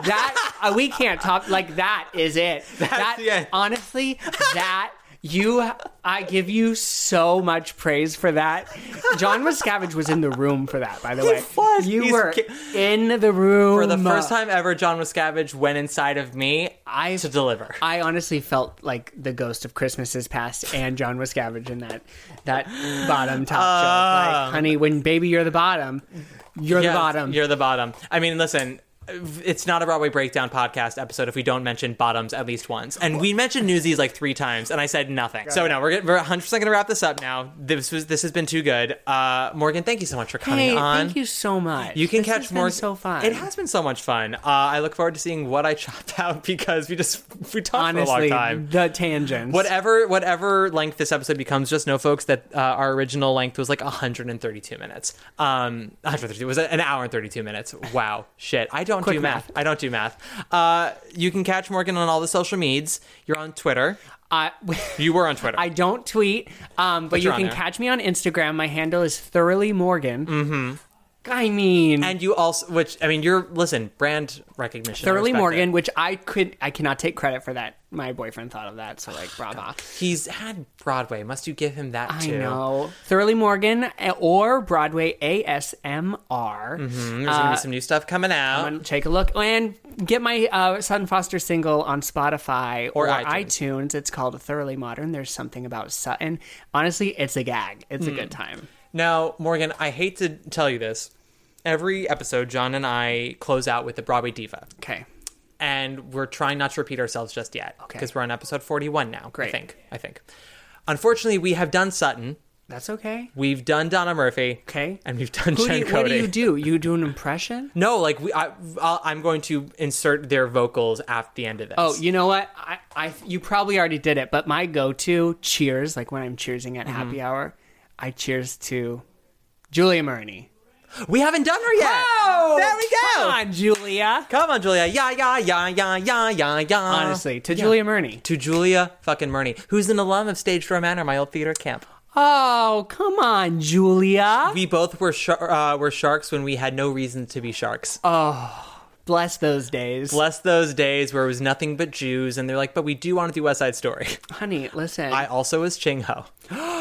Speaker 3: That uh, we can't top. Like that is it. that
Speaker 2: the end.
Speaker 3: honestly, that you, I give you so much praise for that. John Miscavige was in the room for that. By the way,
Speaker 2: was.
Speaker 3: you
Speaker 2: He's
Speaker 3: were
Speaker 2: ki-
Speaker 3: in the room
Speaker 2: For the first time ever, John Miscavige went inside of me
Speaker 3: uh, I
Speaker 2: to deliver.
Speaker 3: I honestly felt like the ghost of Christmas is past and John Miscavige in that that bottom top shelf. Like, honey, when baby you're the bottom, you're
Speaker 2: Yes,
Speaker 3: the bottom.
Speaker 2: Ah. You're the bottom. I mean, listen. It's not a Broadway breakdown podcast episode if we don't mention bottoms at least once. And we mentioned Newsies like three times, and I said nothing. So no, we're, get- we're 100 percent gonna wrap this up now. This was this has been too good. Uh, Morgan, thank you so much for coming
Speaker 3: hey,
Speaker 2: on.
Speaker 3: thank you so much.
Speaker 2: You can
Speaker 3: This
Speaker 2: catch
Speaker 3: has
Speaker 2: more.
Speaker 3: Been so fun.
Speaker 2: It has been so much fun. Uh, I look forward to seeing what I chopped out because we just we talked for a long
Speaker 3: honestly
Speaker 2: time.
Speaker 3: the tangents.
Speaker 2: Whatever whatever length this episode becomes, just know, folks, that uh, our original length was like 132 minutes. Um, 132 it was an hour and 32 minutes. Wow, shit. I don't do math. I don't do math. Uh, you can catch Morgan on all the social medias. You're on Twitter.
Speaker 3: I,
Speaker 2: You were on Twitter.
Speaker 3: I don't tweet, um, but you
Speaker 2: you're on
Speaker 3: can
Speaker 2: there.
Speaker 3: catch me on Instagram. My handle is thoroughly Morgan. Mm-hmm. I mean,
Speaker 2: and you also, which I mean, you're listen brand recognition. I
Speaker 3: thoroughly
Speaker 2: respect
Speaker 3: Morgan,
Speaker 2: it.
Speaker 3: which I could I cannot take credit for that. My boyfriend thought of that, so like, bravo.
Speaker 2: He's had Broadway. Must you give him that
Speaker 3: I
Speaker 2: too?
Speaker 3: know. Thoroughly Morgan eh, or Broadway ASMR.
Speaker 2: There's
Speaker 3: Uh,
Speaker 2: gonna be some new stuff coming out.
Speaker 3: And Um, take a look and get my uh, Sutton Foster single on Spotify or,
Speaker 2: Or iTunes.
Speaker 3: iTunes. It's called Thoroughly Modern. There's something about Sutton. Honestly, it's a gag. It's a
Speaker 2: Hmm.
Speaker 3: good time.
Speaker 2: Now, Morgan, I hate to tell you this. Every episode, John and I close out with the Broadway diva,
Speaker 3: Okay.
Speaker 2: and we're trying not to repeat ourselves just yet
Speaker 3: Okay.
Speaker 2: because we're on episode forty-one now. I
Speaker 3: Great.
Speaker 2: think. I think. Unfortunately, we have done Sutton,
Speaker 3: That's okay.
Speaker 2: we've done Donna Murphy,
Speaker 3: Okay.
Speaker 2: and we've done
Speaker 3: Who do
Speaker 2: Jen
Speaker 3: you,
Speaker 2: Cody.
Speaker 3: what do you do? You do an impression?
Speaker 2: No, like we, I, I'll, I'm going to insert their vocals at the end of this.
Speaker 3: Oh, you know what? I, I you probably already did it, but my go-to cheers, like when I'm cheersing
Speaker 2: Mm-hmm.
Speaker 3: at happy hour, I cheers to Julia Maroney.
Speaker 2: we haven't done her yet.
Speaker 3: Oh,
Speaker 2: there we go.
Speaker 3: Come on, Julia.
Speaker 2: Come on, Julia. Yeah, yeah, yeah, yeah, yeah, yeah, Uh, yeah.
Speaker 3: Honestly, to Julia Murney.
Speaker 2: to Julia fucking Murney, who's an alum of Stage Door Manor, my old theater camp.
Speaker 3: Oh, come on, Julia.
Speaker 2: We both were shar uh, were sharks when we had no reason to be sharks.
Speaker 3: Uh, Bless those days.
Speaker 2: Bless those days where it was nothing but Jews, and they're like, but we do want to do West Side Story.
Speaker 3: Honey, listen.
Speaker 2: I also was Ching Ho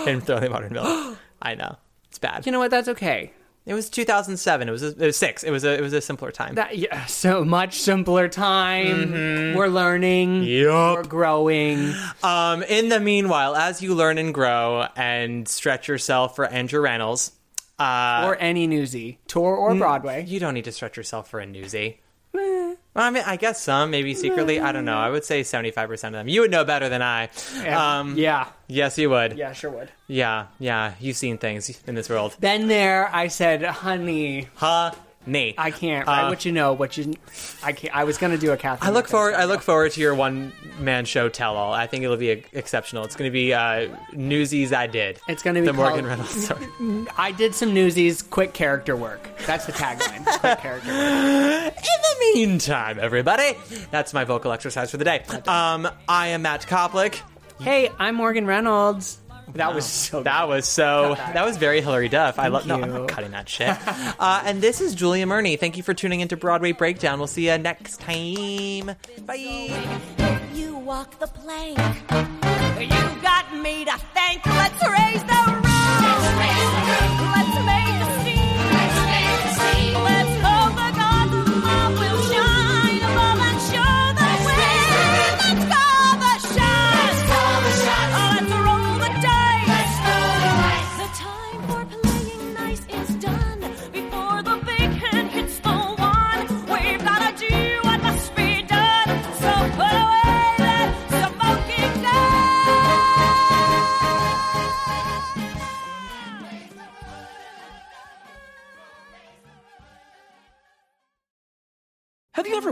Speaker 2: in Thoroughly Modern Village. I know it's bad.
Speaker 3: you know what? That's okay.
Speaker 2: it was 2007. It was, a, it was six. It was a it was a simpler time.
Speaker 3: That yeah, so much simpler time.
Speaker 2: Mm-hmm.
Speaker 3: We're learning. We're growing.
Speaker 2: Um, in the meanwhile, as you learn and grow and stretch yourself for Andrew Reynolds, Uh,
Speaker 3: or any newsy tour
Speaker 2: Mm,
Speaker 3: or Broadway.
Speaker 2: you don't need to stretch yourself for a newsie. Well, I mean, I guess some, maybe secretly. I don't know. I would say 75% of them. You would know better than I. Um,
Speaker 3: yeah.
Speaker 2: Yes, you would.
Speaker 3: Yeah, sure would.
Speaker 2: Yeah, yeah, you've seen things in this world.
Speaker 3: Been there. I said, honey,
Speaker 2: Huh? Nate.
Speaker 3: I can't. Right?
Speaker 2: Uh,
Speaker 3: what you know, what you. I can't. I was gonna do a Catherine.
Speaker 2: I look
Speaker 3: Wilkinson.
Speaker 2: forward. I look forward to your one man show tell all. I think it'll be uh, exceptional. It's going to be uh, Newsies. I did.
Speaker 3: It's gonna be
Speaker 2: the Morgan
Speaker 3: called-
Speaker 2: Reynolds story.
Speaker 3: I did some newsies. Quick character work. That's the tagline. quick character work.
Speaker 2: In the meantime, everybody, that's my vocal exercise for the day. Um, I am Matt Koplik.
Speaker 3: Hey, I'm Morgan Reynolds. That was so.
Speaker 2: That was so. That was very Hillary Duff. I love. No, I'm
Speaker 3: you.
Speaker 2: not cutting that shit. uh, and this is Julia Murney. Thank you for tuning into Broadway Breakdown. We'll see you next time. Bye.
Speaker 5: You walk the plank.
Speaker 4: You got me to thank. Let's raise the roof. Let's make the scene. Let's hope the God's love will shine above and show the way. Let's call the shots. Oh, let's roll the dice. The time for playing nice is done. Before the big hand hits the one, we've gotta do what must be done. So put away that smoking gun.
Speaker 6: Have you ever